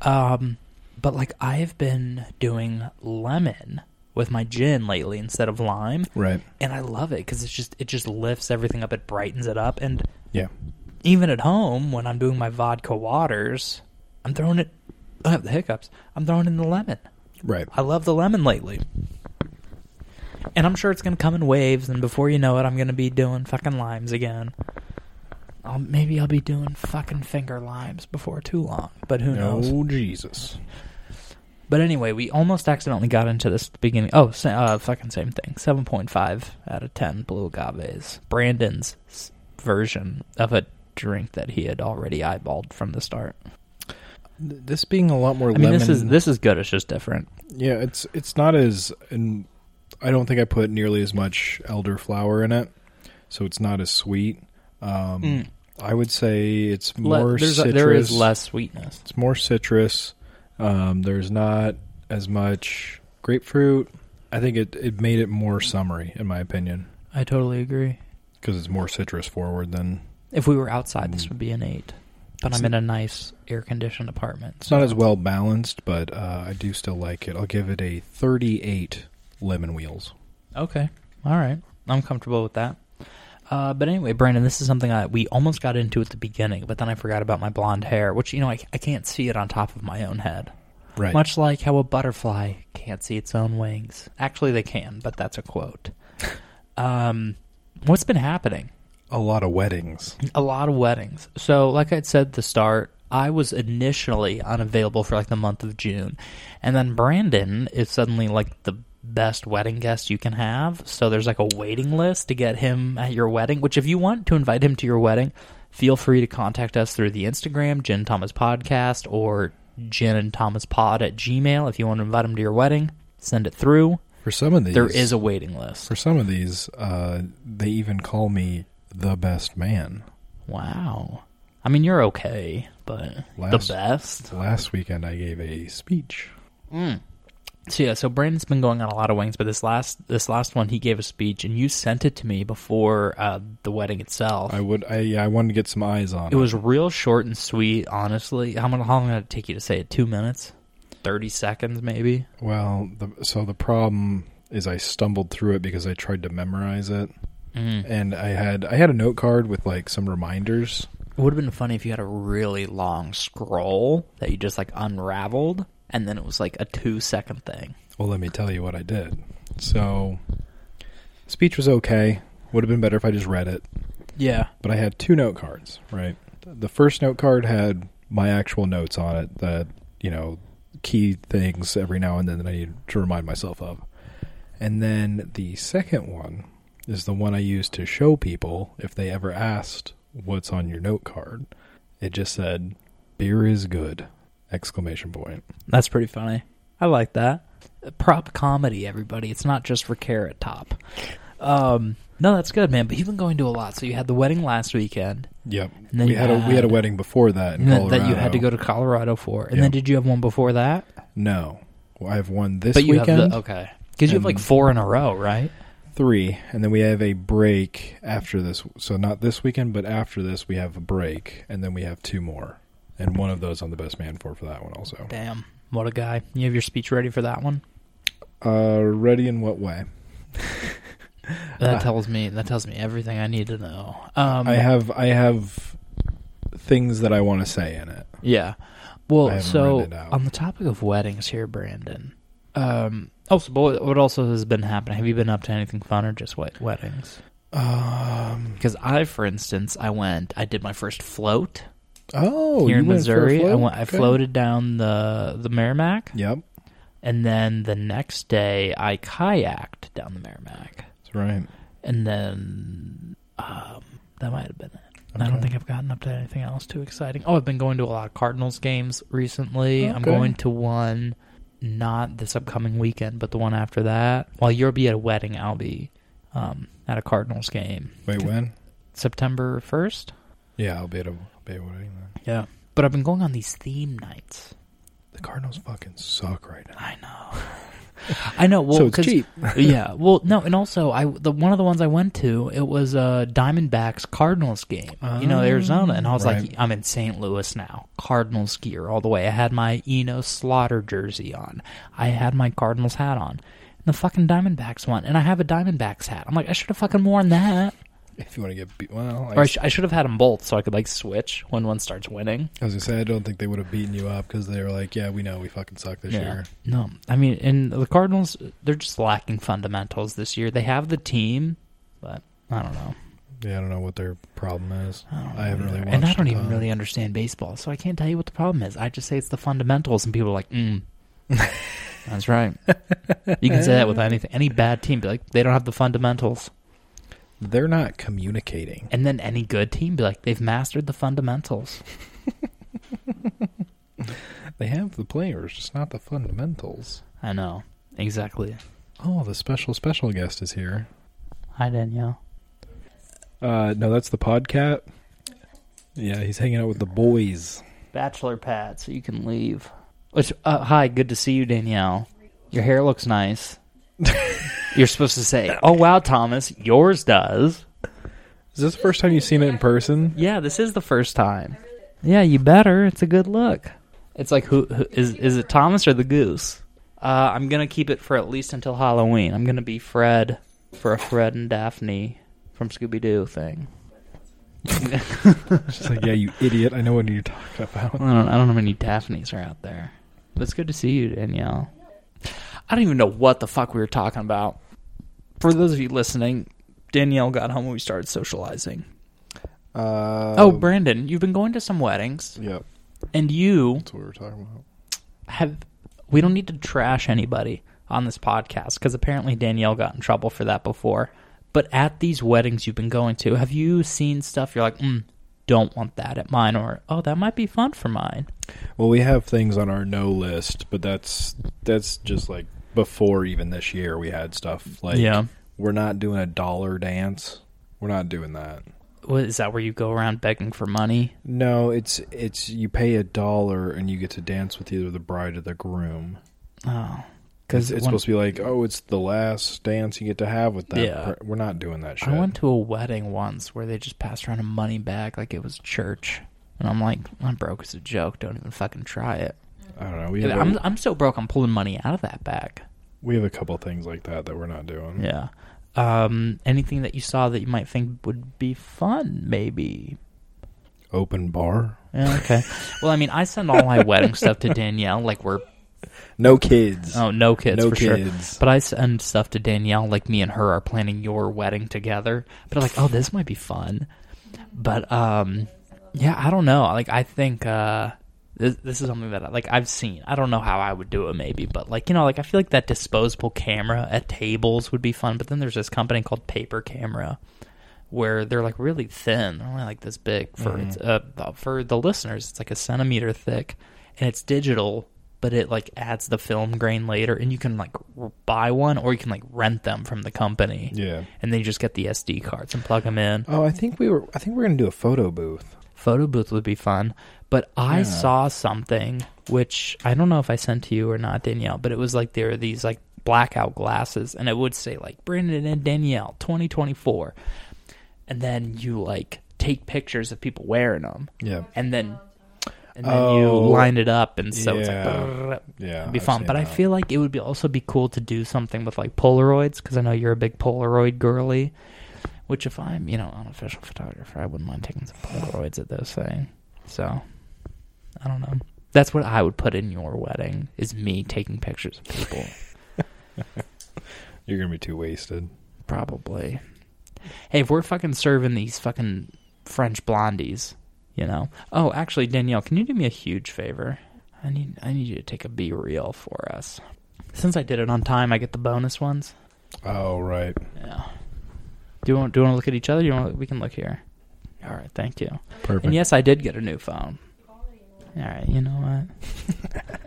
Um, but like I've been doing lemon with my gin lately instead of lime,
Right.
and I love it because it's just it just lifts everything up. It brightens it up, and
Yeah.
even at home when I'm doing my vodka waters, I'm throwing it. I have the hiccups. I'm throwing in the lemon.
Right.
I love the lemon lately. And I'm sure it's going to come in waves, and before you know it, I'm going to be doing fucking limes again. I'll, maybe I'll be doing fucking finger limes before too long, but who knows?
Oh Jesus.
But anyway, we almost accidentally got into this at the beginning. Oh, sa- uh, fucking same thing. 7.5 out of 10 blue agaves. Brandon's s- version of a drink that he had already eyeballed from the start.
Th- This being a lot more
I mean,
lemon.
this is this is good. It's just different.
Yeah, it's it's not as and I don't think I put nearly as much elderflower in it, so it's not as sweet. Um,
Mm.
I would say it's
Le-
more
there's a-
citrus.
there is less sweetness.
It's more citrus. Um, there's not as much grapefruit. I think it, it made it more summery, in my opinion,
I totally agree.
because it's more citrus forward than
If we were outside, this
Mm.
would be an eight. But
It's-
I'm in a nice air conditioned apartment.
It's not as well balanced, but uh, I do still like it. I'll give it a 38 lemon wheels.
Okay. All right. I'm comfortable with that. Uh, but anyway, Brandon, this is something I, we almost got into at the beginning, but then I forgot about my blonde hair, which, you know, I, I can't see it on top of my own head.
Right.
Much like how a butterfly can't see its own wings. Actually, they can, but that's a quote. um, what's been happening?
A lot of weddings.
A lot of weddings. So, like I said at the start, I was initially unavailable for like the month of June. And then Brandon is suddenly like the best wedding guest you can have. So, there's like a waiting list to get him at your wedding, which, if you want to invite him to your wedding, feel free to contact us through the Instagram, Jen Thomas Podcast, or Jen and Thomas Pod at Gmail. If you want to invite him to your wedding, send it through.
For some of these,
There is a waiting list.
for some of these, uh, they even call me the best man.
Wow. I mean, you're okay, but
Last-
the best.
Last weekend, I gave a speech.
Mm. So yeah, so Brandon's been going on a lot of wings, but this last this last one he gave a speech, and you sent it to me before uh, the wedding itself.
I would. I yeah, I wanted to get some eyes on.
it was real short and sweet, honestly. How long, how long did it take you to say it? Two minutes, thirty seconds, maybe.
well. The, so the problem is, I stumbled through it because I tried to memorize it,
Mm.
and I had I had a note card with like some reminders.
It would have been funny if you had a really long scroll that you just like unraveled, and then it was like a two second thing.
Well, let me tell you what I did. So, speech was okay. Would have been better if I just read it.
Yeah.
But I had two note cards, right? The first note card had my actual notes on it that, you know, key things every now and then that I need to remind myself of. And then the second one is the one I used to show people if they ever asked what's on your note card. It just said, beer is good, exclamation point.
That's pretty funny. I like that. Prop comedy, everybody. It's not just for Carrot Top. Um, no, that's good, man. But you've been going to a lot. So you had the wedding last weekend
Yep.
And then
we
you
had, a we had a
had-
wedding before that in
that,
Colorado.
that you had to go to Colorado for, and
Yeah.
then did you have one before that?
No. Well, I have one this
but you
weekend.
have the okay because you have like
And-
four in a row, right?
three, and then we have a break after this. So not this weekend, but after this, we have a break, and then we have two more, and one of those on the best man for for that one also.
Damn, what a guy! You have your speech ready for that one.
Uh, ready in what way?
That
Uh,
tells me that tells me everything I need to know. Um,
I have I have things that I want to say in it.
Yeah.
I
Well,
haven't
so
rented out.
on the topic of weddings here, Brandon. Um, also, but what- what also has been happening? Have you been up to anything fun or just wed- weddings?
Um.
Because I, for instance, I went. I did my first float
Oh,
here
you
in
went for a
Missouri. I
float?
went. I
Okay.
floated down the the Merrimack,
Yep,
and then the next day I kayaked down the Merrimack,
that's right.
and then um, that might have been it. I don't
Okay.
think I've gotten up to anything else too exciting. Oh, I've been going to a lot of Cardinals games recently. I'm
Okay.
going to one not this upcoming weekend, but the one after that. While you'll be at a wedding, I'll be um, at a Cardinals game
Wait, when?
September 1st.
Yeah, I'll be at a, I'll be at a wedding then.
Yeah. But I've been going on these theme nights.
The Cardinals fucking suck right now.
I know. I know. Well,
so it's
'cause-
cheap.
yeah. Well, no, and also I the one of the ones I went to it was uh, Diamondbacks Cardinals game. you know, Arizona, and I was
Right.
like, I'm in St. Louis now. Cardinals gear all the way. I had my Eno Slaughter jersey on. I had my Cardinals hat on. And the fucking Diamondbacks won, and I have a Diamondbacks hat. I'm like, I should have fucking worn that,
If you want to get beat, well,
or
I,
I, sh- I should have had them both so I could like switch when one starts winning.
I was gonna say I don't think they would have beaten you up because they were like, yeah, we know we fucking suck this year.
No, I mean, and the Cardinals, they're just lacking fundamentals this year. They have the team, but I don't know.
Yeah, I don't know what their problem is.
I, don't
I haven't
know
really
either. And I
watched uh,
don't
a
even
ton.
really understand baseball, so I can't tell you what the problem is. I just say it's the fundamentals, and people are like, mm. That's right. You can say that with anything. Any bad team, be like, they don't have the fundamentals.
They're not communicating.
And then any good team, be like, they've mastered the fundamentals.
They have the players, just not the fundamentals.
I know. Exactly.
Oh, the special special guest is here.
Hi, Danielle.
Uh, no, that's the podcat. Yeah, he's hanging out with the boys.
Bachelor pad, so you can leave. Which, uh, hi, good to see you, Danielle. Your hair looks nice. You're supposed to say, oh, wow, Thomas, yours does.
Is this the first time you've seen it in person?
Yeah, this is the first time. Yeah, you better. It's a good look. It's like who, who is is it Thomas or the Goose? Uh, I'm gonna keep it for at least until Halloween. I'm gonna be Fred for a Fred and Daphne from Scooby Doo thing.
It's just like, yeah, you idiot. I know what you're talking about.
I don't, I don't know how many Daphnes are out there. But it's good to see you, Danielle. I don't even know what the fuck we were talking about. For those of you listening, Danielle got home when we started socializing.
Uh,
oh, Brandon, you've been going to some weddings,
Yep,
and you
that's what we were talking about.
have we don't need to trash anybody on this podcast because apparently Danielle got in trouble for that before. But at these weddings you've been going to, have you seen stuff you're like, mm, don't want that at mine, or oh, that might be fun for mine?
Well, we have things on our no list, but that's that's just like before even this year we had stuff like
Yeah.
we're not doing a dollar dance. We're not doing that.
What, is that where you go around begging for money?
No, it's it's you pay a dollar and you get to dance with either the bride or the groom.
Oh,
It's,
because
it's supposed to be like, oh, it's the last dance you get to have with that.
Yeah.
per- We're not doing that shit.
I went to a wedding once where they just passed around a money bag like it was church, and I'm like, I'm broke as a joke. Don't even fucking try it.
I don't know. We have,
I'm
a,
I'm so broke. I'm pulling money out of that bag.
we have a couple things like that that we're not doing.
Yeah. Um, anything that you saw that you might think would be fun, maybe.
Open bar.
Yeah, okay. well, I mean, I send all my wedding stuff to Danielle. Like we're
No kids.
oh no kids
No
for
kids.
sure. But I send stuff to Danielle. Like me and her are planning your wedding together. But like, oh, this might be fun. But um, yeah, I don't know. Like I think uh, this this is something that like I've seen. I don't know how I would do it maybe, but like you know, like I feel like that disposable camera at tables would be fun. But then there's this company called Paper Camera. where they're like really thin, they're only like this big for it's, uh, th- for the listeners. It's like a centimeter thick, and it's digital, but it like adds the film grain later, and you can like r- buy one or you can like rent them from the company.
Yeah.
And then you just get the SD cards and plug them in.
Oh, I think we were. I think we're gonna do a photo booth.
Photo booth would be fun. But I
Yeah.
saw something which I don't know if I sent to you or not, Danielle, but it was like there are these like blackout glasses and it would say like Brandon and Danielle 2024. And then you like take pictures of people wearing them
Yeah.
and then and then
Oh.
you line it up and so it's like
Yeah.
brrrr,
Yeah.
it'd be
I've
fun.
seen
But I
that.
feel like it would be also be cool to do something with like Polaroids because I know you're a big Polaroid girly. Which if I'm you know an official photographer, I wouldn't mind taking some Polaroids at this thing. So I don't know. That's what I would put in your wedding is me taking pictures of people.
you're gonna be too wasted.
Probably. Hey, if we're fucking serving these fucking French blondies, you know. Oh, actually, Danielle, can you do me a huge favor? I need I need you to take a B reel for us. Since I did it on time, I get the bonus ones.
Oh right.
Yeah. Do you want do you want to look at each other? You want we can look here. All right, thank you.
Perfect.
And yes, I did get a new phone. All right, you know what?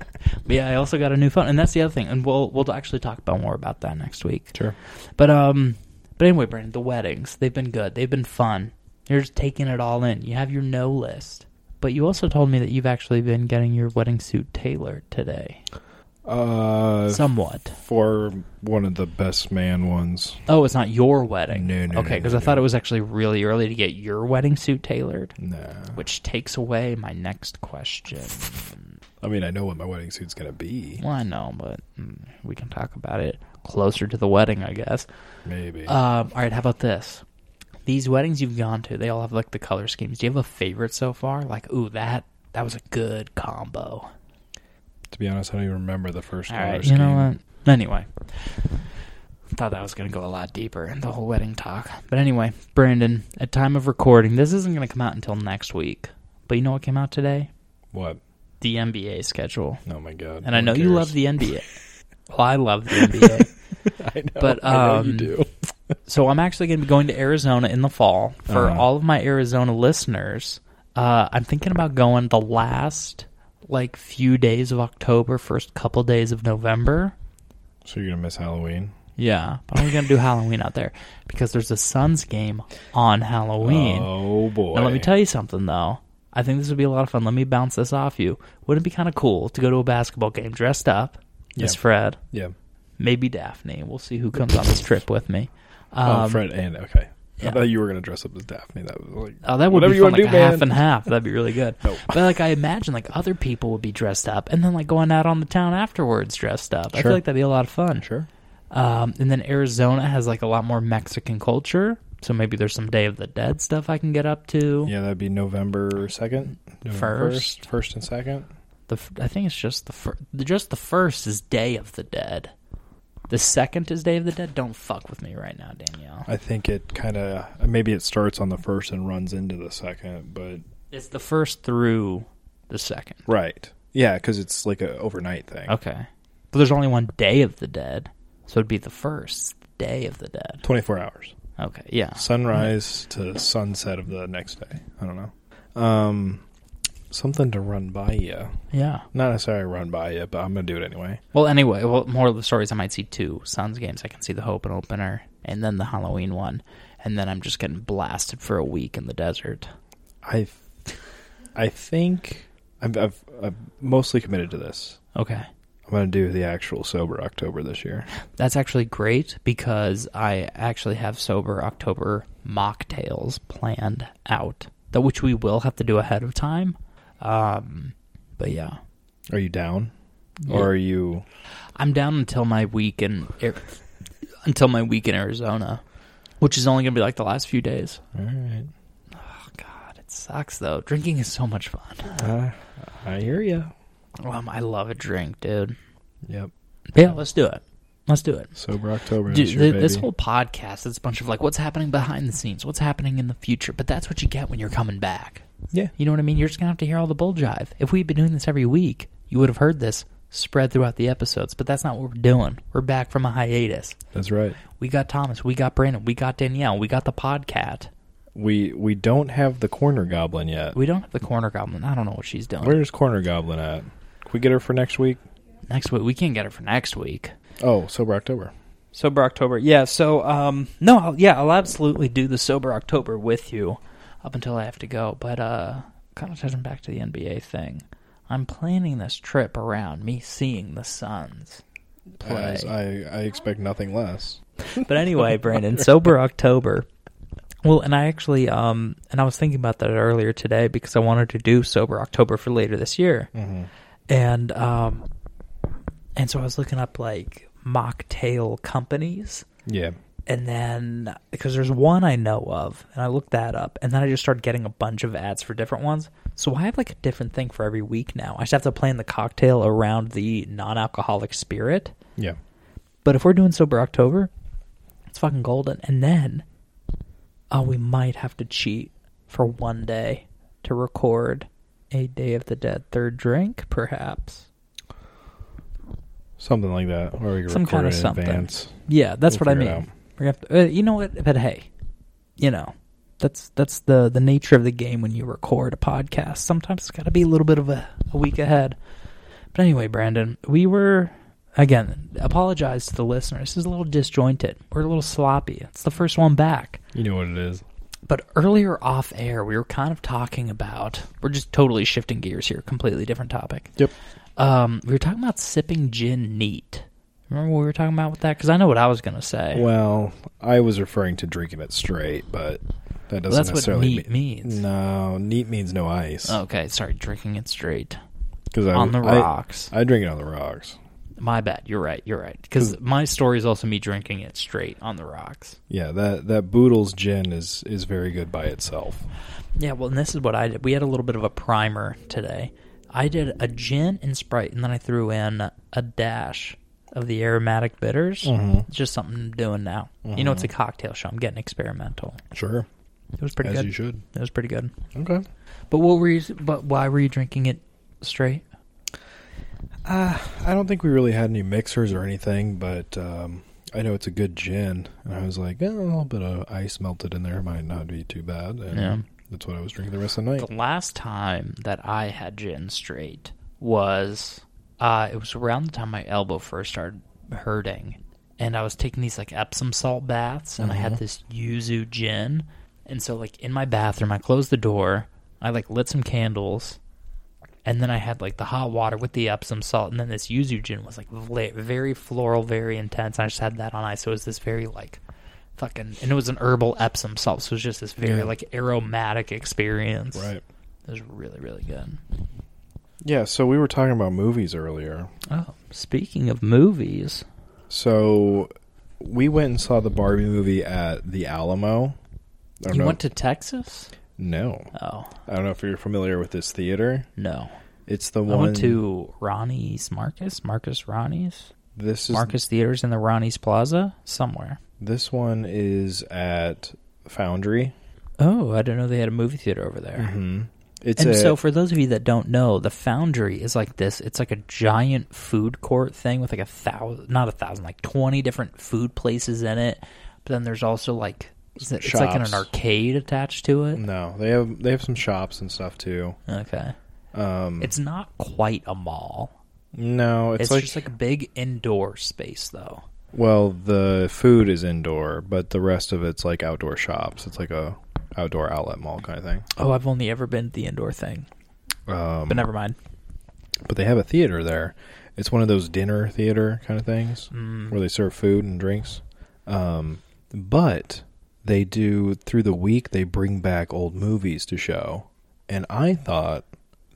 but yeah, I also got a new phone, and that's the other thing. And we'll we'll actually talk about more about that next week.
Sure.
But um, but anyway, Brandon, the weddings they've been good. They've been fun. You're just taking it all in. You have your no list. But you also told me that you've actually been getting your wedding suit tailored today.
Uh,
Somewhat.
for one of the best man ones.
Oh, it's not your wedding.
No, no,
Okay,
no,
because
no,
I thought
no.
it was actually really early to get your wedding suit tailored,
Nah.
which takes away my next question.
I mean, I know what my wedding suit's gonna be.
Well, I know, but mm, we can talk about it closer to the wedding, I guess.
Maybe.
Um, all right, how about this? These weddings you've gone to, they all have like the color schemes. Do you have a favorite so far? Like, ooh, that that was a good combo.
to be honest, I don't even remember the first
All
color
right, you
scheme.
know what? Anyway, thought that was going to go a lot deeper in the whole wedding talk. But anyway, Brandon, at time of recording, this isn't going to come out until next week. But you know what came out today?
What?
The NBA schedule.
Oh my god!
And I know
Who
you love
cares?
the NBA. well, I love the NBA.
I know,
but,
I know you
um,
do.
So I'm actually going to be going to Arizona in the fall. For
Uh-huh.
all of my Arizona listeners, uh, I'm thinking about going the last like few days of October, first couple days of November.
So you're gonna miss Halloween.
Yeah, but I'm going to do Halloween out there because there's a Suns game on Halloween.
Oh boy!
now let me tell you something though. I think this would be a lot of fun. Let me bounce this off you. Wouldn't it be kind of cool to go to a basketball game dressed up as
Yeah.
Fred,
Yeah.
maybe Daphne? We'll see who comes on this trip with me.
Oh,
Um,
Fred and okay.
yeah.
I thought you were gonna dress up as Daphne. That was like
Oh, that would
Whatever
be
you
fun,
wanna
like
do,
a
man.
half and half. That'd be really good.
No.
But like I imagine, like other people would be dressed up, and then like going out on the town afterwards dressed up. I feel
Sure.
like that'd be a lot of fun.
sure.
Um, and then Arizona has like a lot more Mexican culture, so maybe there's some Day of the Dead stuff I can get up to.
Yeah, that'd be November second,
First.
first, first and second.
The f- I think it's just the fir- the- just the first is Day of the Dead. The second is Day of the Dead. Don't fuck with me right now, Danielle.
I think it kind of maybe it starts on the first and runs into the second, but
It's the first through the second.
right, yeah, because it's like a overnight thing.
Okay. But there's only one day of the dead. So it'd be the first day of the dead.
Twenty four hours,
Okay, yeah.
sunrise to sunset of the next day. I don't know. Um, something to run by you.
Yeah.
Not necessarily run by you, but I'm gonna do it anyway.
Well, anyway, well, more of the stories I might see two Suns games. I can see the Hope and Opener and then the Halloween one. And then I'm just getting blasted for a week in the desert.
I, I think I've, I've, I've mostly committed to this.
Okay.
I'm gonna do the actual sober October this year.
That's actually great because I actually have sober October mocktails planned out, that which we will have to do ahead of time. Um, but yeah.
Are you down, or are you?
I'm down until my week in Ar- until my week in Arizona, which is only going to be like the last few days.
All right.
Oh God, it sucks though. Drinking is so much fun.
Uh, I hear you.
Um, I love a drink, dude.
Yep.
Yeah, let's do it. Let's do it.
Sober October.
Dude,
is your
th- this
baby.
whole podcast is a bunch of like, what's happening behind the scenes? What's happening in the future? But that's what you get when you're coming back.
yeah.
You know what I mean? You're just going to have to hear all the bull jive. If we'd been doing this every week, you would have heard this spread throughout the episodes. But that's not what we're doing. We're back from a hiatus.
That's right.
We got Thomas. We got Brandon. We got Danielle. We got the podcat.
We we don't have the corner goblin yet.
We don't have the corner goblin. I don't know what she's doing.
Where's corner goblin at? Can we get her for next week?
next week we can't get her for next week.
Oh, sober October.
Sober October. Yeah. So um no I'll, yeah I'll absolutely do the sober October with you up until I have to go. But uh kind of touching back to the NBA thing. I'm planning this trip around me seeing the Suns play.
As I I expect nothing less.
But anyway, Brandon, sober October. Well, and I actually, um, and I was thinking about that earlier today because I wanted to do sober October for later this year,
Mm-hmm.
and um, and so I was looking up like mocktail companies,
Yeah.
and then because there's one I know of, and I looked that up, and then I just started getting a bunch of ads for different ones. So I have like a different thing for every week now. I just have to plan the cocktail around the non-alcoholic spirit.
Yeah.
But if we're doing sober October, it's fucking golden. And then, oh, we might have to cheat for one day to record a Day of the Dead third drink, perhaps.
Something like that. Or we can
Some
record
kind of
it in
something.
advance.
Yeah, that's
We'll
what I mean.
figure it out.
We're gonna have to, uh, you know what? But hey, you know, that's that's the the nature of the game when you record a podcast. Sometimes it's got to be a little bit of a, a week ahead. But anyway, Brandon, we were again apologize to the listeners. This is a little disjointed. We're a little sloppy. It's the first one back.
You know what it is.
But earlier off air, we were kind of talking about. We're just totally shifting gears here. Completely different topic.
Yep.
Um, we were talking about sipping gin neat. Remember what we were talking about with that? Because I know what I was gonna say.
Well, I was referring to drinking it straight, but that doesn't
Well, that's what
necessarily
neat
mean.
means.
No, neat means no ice.
Okay, sorry, drinking it straight
Because I
on the
I-
rocks.
I, drink it on the rocks.
my bad. You're right. You're right. Because my story is also me drinking it straight on the rocks.
Yeah, that that Boodles gin is is very good by itself.
Yeah, well, and this is what I did. We had a little bit of a primer today. I did a gin and Sprite, and then I threw in a dash of the aromatic bitters.
Mm-hmm.
It's just something I'm doing now. You know, it's a cocktail show. I'm getting experimental.
Sure,
It was pretty
Mm-hmm. as
good.
you should.
It was pretty good.
Okay.
But what were you? But why were you drinking it straight?
Uh, I don't think we really had any mixers or anything, but um, I know it's a good gin, and I was like, eh, a little bit of ice melted in there might not be too bad, and
Yeah.
that's what I was drinking the rest of the night.
The last time that I had gin straight was uh, it was around the time my elbow first started hurting, and I was taking these like Epsom salt baths, and I had this yuzu gin, and so like in my bathroom, I closed the door, I like lit some candles, and then I had like the hot water with the Epsom salt, and then this yuzu gin was like vla- very floral, very intense. I just had that on ice, so it was this very like fucking, and it was an herbal Epsom salt, so it was just this very
Yeah.
like aromatic experience.
Right.
it was really really good.
Yeah. So we were talking about movies earlier.
Oh, speaking of movies,
So we went and saw the Barbie movie at the Alamo. I don't
you
know.
went to Texas?
no,
Oh
I don't know if you're familiar with this theater.
no,
It's the
I
one.
went to Ronnie's Marcus, Marcus Ronnie's,
this is
Marcus Theaters in the Ronnie's Plaza somewhere.
this one is at Foundry.
Oh, I didn't know they had a movie theater over there.
Mm-hmm. It's
and
a,
so, for those of you that don't know, the Foundry is like this. It's like a giant food court thing with like a thousand, not a thousand, like twenty different food places in it. But then there's also like is it- it's like in an
Shops.
arcade attached to it.
no, they have they have some shops and stuff too.
Okay,
Um,
it's not quite a mall.
no, it's,
It's,
like,
just like a big indoor space, though.
well, the food is indoor, but the rest of it's like outdoor shops. It's like a outdoor outlet mall kind of thing.
Oh, I've only ever been to the indoor thing,
Um,
but never mind.
but they have a theater there. It's one of those dinner theater kind of things
Mm.
where they serve food and drinks. Um, but they do through the week they bring back old movies to show, and I thought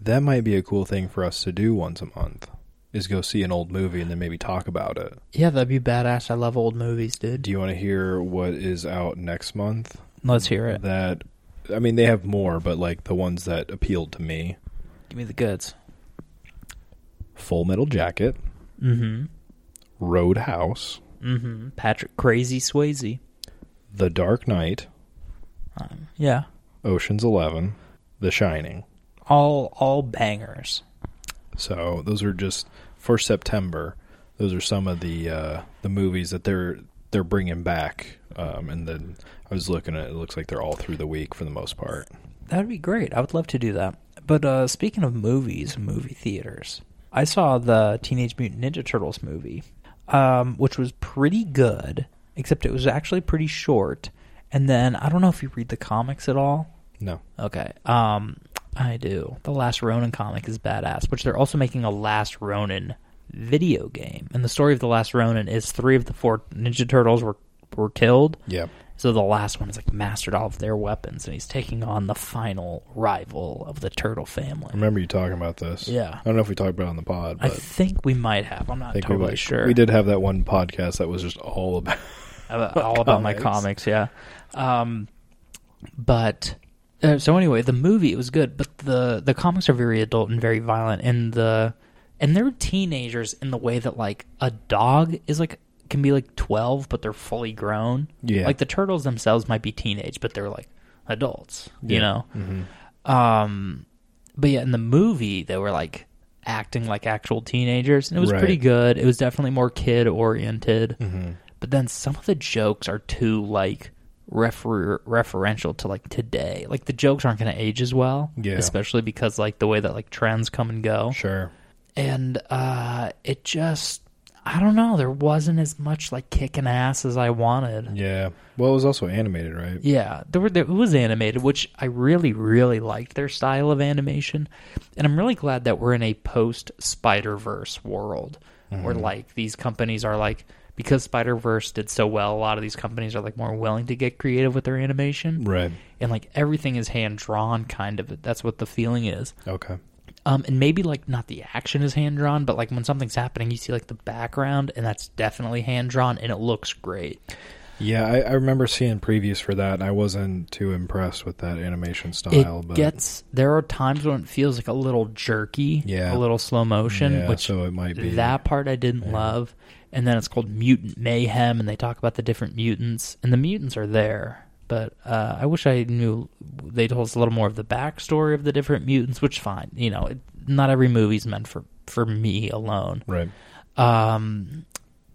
that might be a cool thing for us to do once a month is go see an old movie and then maybe talk about it.
Yeah, that'd be badass. I love old movies, dude.
Do you want to hear what is out next month?
Let's hear it.
That I mean, they have more, but like the ones that appealed to me:
Give me the goods.
Full Metal Jacket,
Mm-hmm.
Roadhouse,
Mm-hmm. Patrick Crazy Swayze.
The Dark Knight.
Um, yeah,
Ocean's Eleven, The Shining.
all all bangers.
So those are just for September. Those are some of the uh, the movies that they're they're bringing back. Um, and then I was looking at it, it looks like they're all through the week for the most part.
That'd be great. I would love to do that. But uh, speaking of movies, movie theaters, I saw the Teenage Mutant Ninja Turtles movie, um, which was pretty good, except it was actually pretty short. And then I don't know if you read the comics at all.
No,
Okay. Um, I do. The Last Ronin comic is badass, which they're also making a Last Ronin video game. And the story of the Last Ronin is three of the four Ninja Turtles were were killed.
yeah,
So the last one is like mastered all of their weapons, and he's taking on the final rival of the turtle family.
I remember you talking about this.
Yeah.
I don't know if we talked about it on the pod,
I
but. I
think we might have. I'm not
think
totally
we like,
sure.
We did have that one podcast that was just all about.
about, all about my comics. Yeah, um, but uh, so anyway, the movie it was good, but the the comics are very adult and very violent, and the and they're teenagers in the way that like a dog is like can be like twelve, but they're fully grown.
Yeah.
like the turtles themselves might be teenage, but they're like adults. You
Yeah.
know.
mm-hmm,
Um, but yeah, in the movie they were like acting like actual teenagers, and it was
Right.
pretty good. It was definitely more kid oriented.
mm-hmm.
But then some of the jokes are too like refer- referential to like today. Like the jokes aren't going to age as well,
Yeah.
especially because like the way that like trends come and go
Sure.
and uh, it just I don't know. There wasn't as much like kicking ass as I wanted.
Yeah. Well, it was also animated, right?
Yeah, there were there, it was animated, which I really really liked their style of animation, and I'm really glad that we're in a post Spider Verse world where like these companies are like because Spider Verse did so well, a lot of these companies are like more willing to get creative with their animation,
Right.
and like everything is hand drawn kind of. That's what the feeling is.
Okay.
Um, and maybe like not the action is hand drawn, but like when something's happening, you see like the background, and that's definitely hand drawn, and it looks great.
Yeah, I, I remember seeing previews for that, and I wasn't too impressed with that animation style.
it
but
gets there are times when it feels like a little jerky,
Yeah.
a little slow motion,
yeah,
which
so it might be
that part I didn't love. And then it's called Mutant Mayhem, and they talk about the different mutants, and the mutants are there. But uh, I wish I knew they told us a little more of the backstory of the different mutants, which fine, you know, it, not every movie's meant for for me alone.
right.
Um,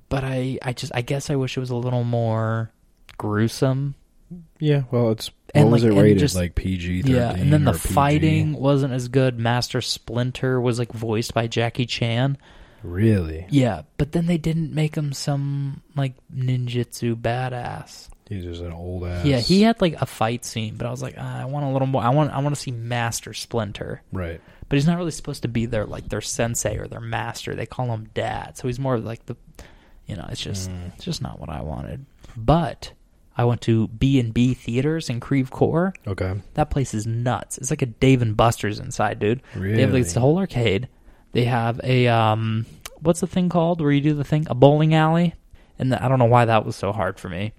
but I, I just, I guess I wish it was a little more gruesome.
Yeah, well, it's
And,
what was
like,
it
and
rated?
just-
like PG thirteen.
Yeah, and then the
or PG?
fighting wasn't as good. Master Splinter was like voiced by Jackie Chan.
Really,
Yeah, but then they didn't make him some like ninjutsu badass.
he's just an old ass.
Yeah, he had like a fight scene, but I was like, ah, I want a little more. I want, I want to see Master Splinter.
right.
But he's not really supposed to be their like their sensei or their master. They call him dad, so he's more of, like the, you know, it's just
Mm,
it's just not what I wanted. But I went to B and B theaters in Creve Coeur.
Okay,
That place is nuts. It's like a Dave and Buster's inside, dude. They have like, it's
Really?
the whole arcade. They have a um, what's the thing called where you do the thing? A bowling alley. And the, I don't know why that was so hard for me.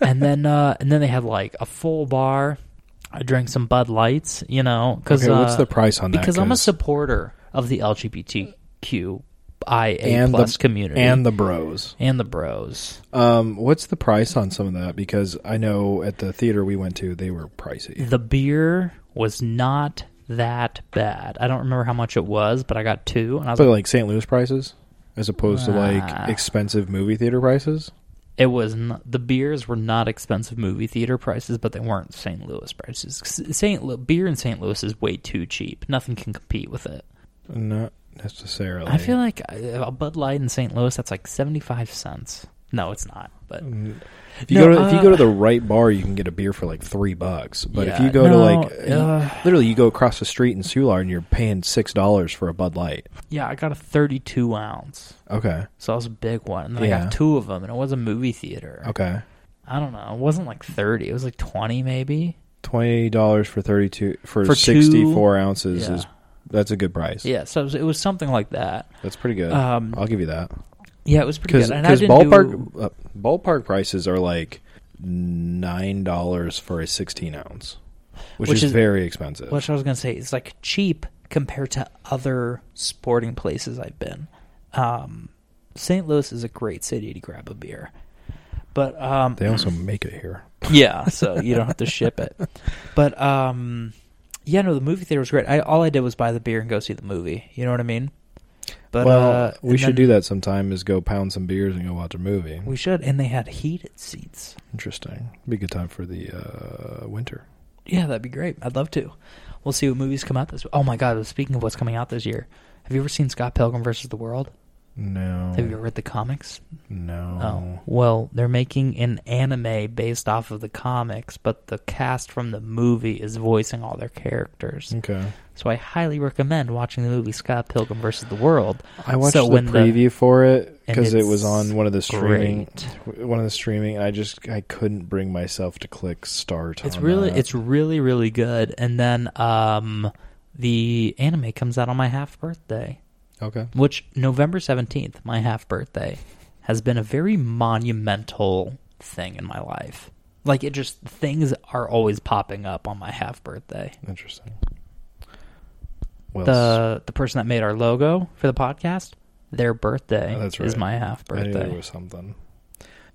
and then uh, and then they had like a full bar. I drank some Bud Lights, you know, because
Okay, what's the price on that?
uh, Because I'm a
'Cause-
supporter of the LGBTQIA
and
plus
the
community
and the Bros.
and the bros.
Um, what's the price on some of that? Because I know at the theater we went to, they were pricey.
the beer was not that bad. I don't remember how much it was, but I got two, and I was
But
like,
like St. Louis prices, as opposed to like
Ah.
expensive movie theater prices.
it was n the beers were not expensive movie theater prices, but they weren't St. Louis prices. S- St. Lu- beer in St. Louis is way too cheap. Nothing can compete with it.
Not necessarily.
I feel like uh, a Bud Light in St. Louis that's like seventy five cents. No, it's not. But
Mm. If you
No,
go to if you
uh,
go to the right bar, you can get a beer for like three bucks. But if
Yeah,
you go to
no,
like
uh,
literally, you go across the street in Sular and you're paying six dollars for a Bud Light.
yeah, I got a thirty two ounce,
Okay,
so that was a big one, and then I
Yeah. Oh.
got two of them, and it was a movie theater.
okay,
I don't know. It wasn't like thirty. It was like twenty, maybe.
twenty dollars for thirty two for,
For two-
sixty four ounces
Yeah.
is that's a good price.
Yeah, so it was, it was something like that.
That's pretty good.
Um,
I'll give you that
Yeah, it was pretty
because
good. And I didn't
ballpark
do-
uh, ballpark prices are like nine dollars for a sixteen ounce, which,
Which
is,
is-
very expensive.
which I was gonna say is like cheap compared to other sporting places I've been. Um, St. Louis is a great city to grab a beer, but um,
they also make it here.
yeah, so you don't have to ship it. But um, yeah, no, the movie theater was great. I all I did was buy the beer and go see the movie. You know what I mean? But
well,
uh,
we
and
should
then-
do that sometime. Is go pound some beers and go watch a movie.
We should, and they had heated seats.
Interesting. Be a good time for the uh, winter.
Yeah, that'd be great. I'd love to. We'll see what movies come out this. Oh my god! Speaking of what's coming out this year, have you ever seen Scott Pilgrim versus the World?
No.
Have you ever read the comics? Oh.
No.
well, they're making an anime based off of the comics, but the cast from the movie is voicing all their characters.
Okay.
So I highly recommend watching the movie Scott Pilgrim versus the World.
I watched
So
the
when the-
preview for it
And
because it was
it's
on one of the streaming,
great.
one of the streaming. And I just I couldn't bring myself to click start.
It's
on
really,
that.
it's really, really good. And then um, the anime comes out on my half birthday.
okay.
which November 17th, my half birthday, has been a very monumental thing in my life. Like it just things are always popping up on my half birthday.
Interesting. Well,
The the person that made our logo for the podcast, their birthday
Oh, that's
is
right.
my half
I knew there
birthday.
was something.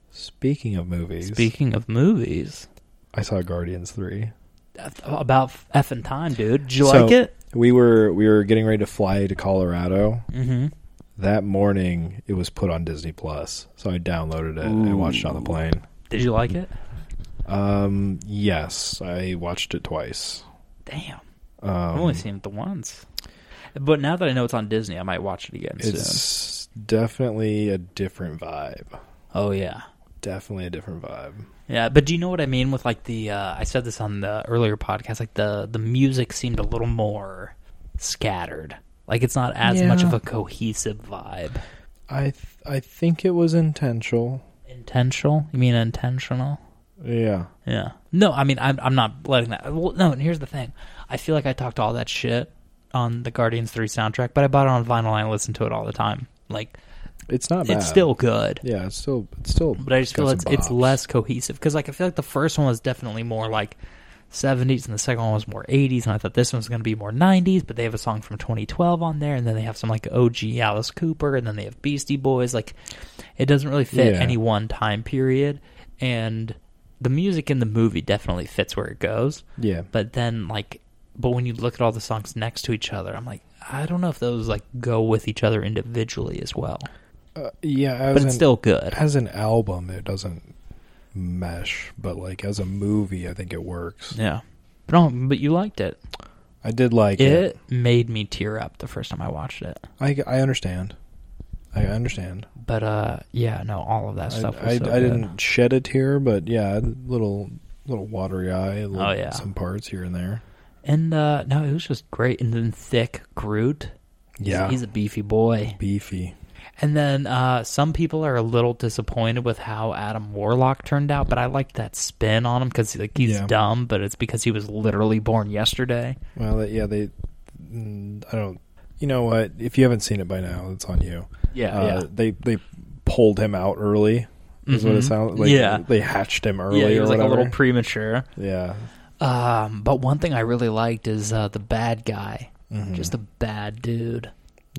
Speaking of movies,
Speaking of movies,
I saw Guardians three.
that's about effing time, dude. Did you
So-
like it?
We were we were getting ready to fly to Colorado,
Mm-hmm.
that morning it was put on Disney Plus, so I downloaded it and watched it on the plane.
Did you like it?
Um, yes, I watched it twice.
Damn,
Um,
I've only seen it the once. But now that I know it's on Disney, I might watch it again soon.
it's Definitely a different vibe.
Oh yeah.
Definitely a different vibe.
Yeah, but do you know what I mean with like the uh, I said this on the earlier podcast like the the music seemed a little more scattered. Like it's not as much
Yeah.
of a cohesive vibe.
I th- I think it was intentional.
Intentional? You mean intentional?
Yeah.
Yeah. No, I mean I'm I'm not letting that. Well, no, and here's the thing. I feel like I talked all that shit on the Guardians 3 soundtrack, but I bought it on vinyl and I listen to it all the time. Like
It's not bad.
it's still good.
Yeah, it's still it's still
but I just feel
got
it's
some
it's
bops.
less cohesive because like I feel like the first one was definitely more like 70s and the second one was more 80s and I thought this one's going to be more 90s but they have a song from 2012 on there and then they have some like OG Alice Cooper and then they have Beastie Boys like it doesn't really fit
Yeah.
any one time period and the music in the movie definitely fits where it goes
Yeah.
but then like but when you look at all the songs next to each other I'm like I don't know if those like go with each other individually as well
Uh, yeah, as
but
an,
it's still good
as an album it doesn't mesh, but like as a movie I think it works.
yeah no, but you liked it.
I did like
it made me tear up the first time I watched it.
I I understand. I understand.
But uh, yeah, no, all of that
I,
stuff. Was
I,
so good.
I didn't shed a tear, but yeah, a little little watery eye, a little,
Oh, yeah.
some parts here and there.
And uh, no, it was just great. And then thick Groot. He's-
Yeah.
he's a beefy boy.
Beefy.
And then uh, some people are a little disappointed with how Adam Warlock turned out, but I like that spin on him because like he's
Yeah.
dumb, but it's because he was literally born yesterday.
Well, they- yeah, they. mm, I don't. You know what? If you haven't seen it by now, it's on you.
Yeah,
Uh,
yeah.
They they pulled him out early. Is what it
Mhm.
sounds like.
Yeah.
They hatched him early
yeah, he
or
was like
whatever.
a little premature.
yeah.
Um, but one thing I really liked is uh, the bad guy, just a bad dude.
Mm-hmm.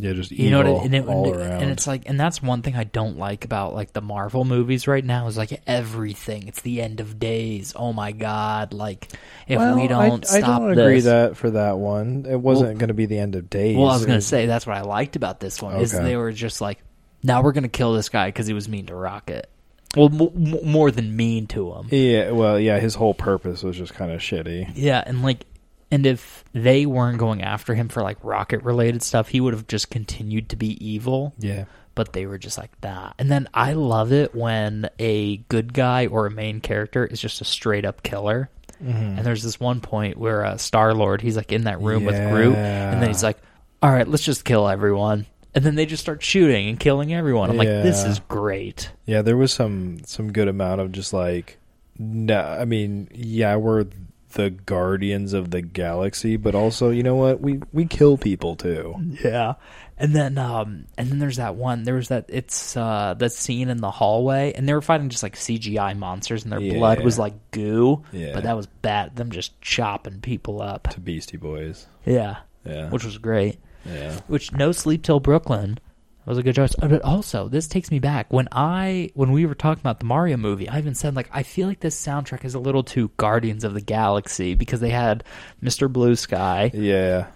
Yeah. Just evil
you know what I- and, it,
all
and,
around.
it's like and that's one thing i don't like about like the marvel movies right now is like everything it's the end of days oh my god like if
well,
we don't
I, I
stop
don't agree
this
that for that one. It wasn't
Well-
going to be the end of days.
well i was
It
gonna say that's what i liked about this one is
Okay.
they were just like now we're gonna kill this guy because he was mean to rocket well m- m- more than mean to him
Yeah. Well, yeah. His whole purpose was just kind of shitty.
yeah and like and if they weren't going after him for like rocket related stuff he would have just continued to be evil
Yeah.
but they were just like nah. And then I love it when a good guy or a main character is just a straight up killer.
Mm-hmm. Mm.
And there's this one point where uh, Star Lord, he's like in that room with Groot, and then he's
Yeah.
like, "All right, let's just kill everyone." And then they just start shooting and killing everyone. I'm like, "This
Yeah.
is great."
Yeah, there was some some good amount of just like no, I mean, yeah, we're the guardians of the galaxy, but also, you know what? We we kill people too.
Yeah. And then um and then there's that one there was that it's uh that scene in the hallway and they were fighting just like CGI monsters and their blood was
Yeah.
like goo.
Yeah.
But that was bad them just chopping people up.
To Beastie Boys.
Yeah.
Yeah.
Which was great.
yeah.
Which no sleep till Brooklyn was a good choice. Uh, But also, this takes me back when I when we were talking about the Mario movie. I even said like I feel like this soundtrack is a little too Guardians of the Galaxy because they had Mr. Blue Sky
Yeah.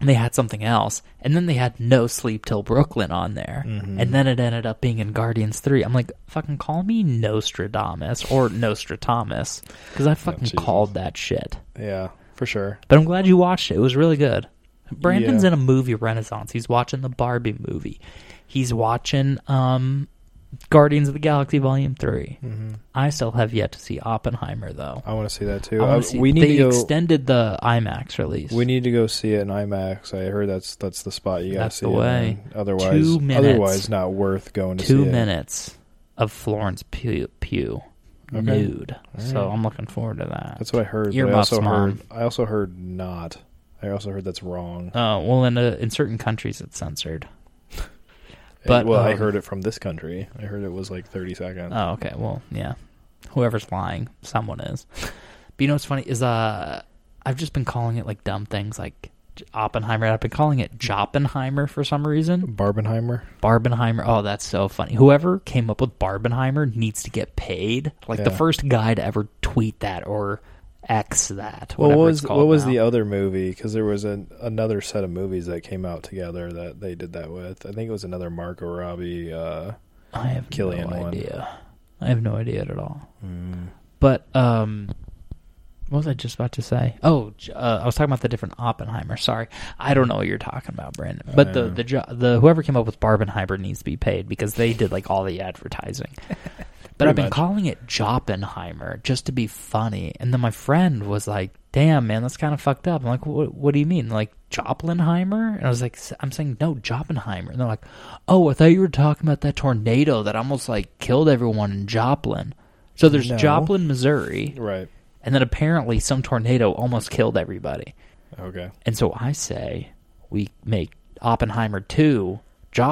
and they had something else, and then they had No Sleep Till Brooklyn on there,
Mm-hmm.
and then it ended up being in Guardians Three. I'm like, fucking call me Nostradamus or Nostratamus because I fucking
Jesus.
called that shit.
Yeah. For sure.
But I'm glad you watched it. It was really good. Brandon's
Yeah.
in a movie renaissance. He's watching the Barbie movie. He's watching um, Guardians of the Galaxy Volume 3. I still have yet to see Oppenheimer, though.
Mm-hmm. I want to see that
I
too.
wanna
Uh,
see-
we need
they
to go
extended the IMAX release.
we need to go see it in IMAX. I heard that's that's the spot you got to
That's
see
the
it
way.
in. Otherwise
Two minutes.
otherwise not worth going to
Two
see it.
minutes of Florence Pugh, Pugh
Okay.
nude.
All
So
right.
I'm looking forward to that.
That's what I heard. but I
Earmuffs,
also
Mom.
heard I also heard not. I also heard that's wrong.
Oh, well, in, uh in certain countries it's censored. But,
But well, I
um,
heard it from this country. I heard it was like thirty seconds.
Oh, okay. Well, yeah. Whoever's lying, someone is. But you know what's funny is uh, I've just been calling it like dumb things like J- Oppenheimer. I've been calling it Joppenheimer for some reason.
Barbenheimer.
Barbenheimer. Oh, that's so funny. Whoever came up with Barbenheimer needs to get paid. Like the
Yeah.
first guy to ever tweet that or X that.
Well, what
Whatever
was
it's called
what was
now.
the other movie? Because there was an, another set of movies that came out together that they did that with. I think it was another Marco Robbie. Uh,
I have
Killian
no
one? Hmm.
idea. I have no idea at all. But um, What was I just about to say? Oh, J- uh, I was talking about the different Oppenheimer. Sorry, I don't know what you're talking about, Brandon. But the
Uh.
the jo- the whoever came up with Barbenheimer needs to be paid because they did like all the advertising. but I've been
much.
calling it Joppenheimer just to be funny, and then my friend was like, "Damn, man, that's kind of fucked up." I'm like, "What? What do you mean, like Joplinheimer?" And I was like, "S- "I'm saying no, Joppenheimer." And they're like, "Oh, I thought you were talking about that tornado that almost like killed everyone in Joplin." So there's
No.
Joplin, Missouri.
Right.
And then apparently some tornado almost killed everybody.
Okay.
And so I say we make Oppenheimer 2,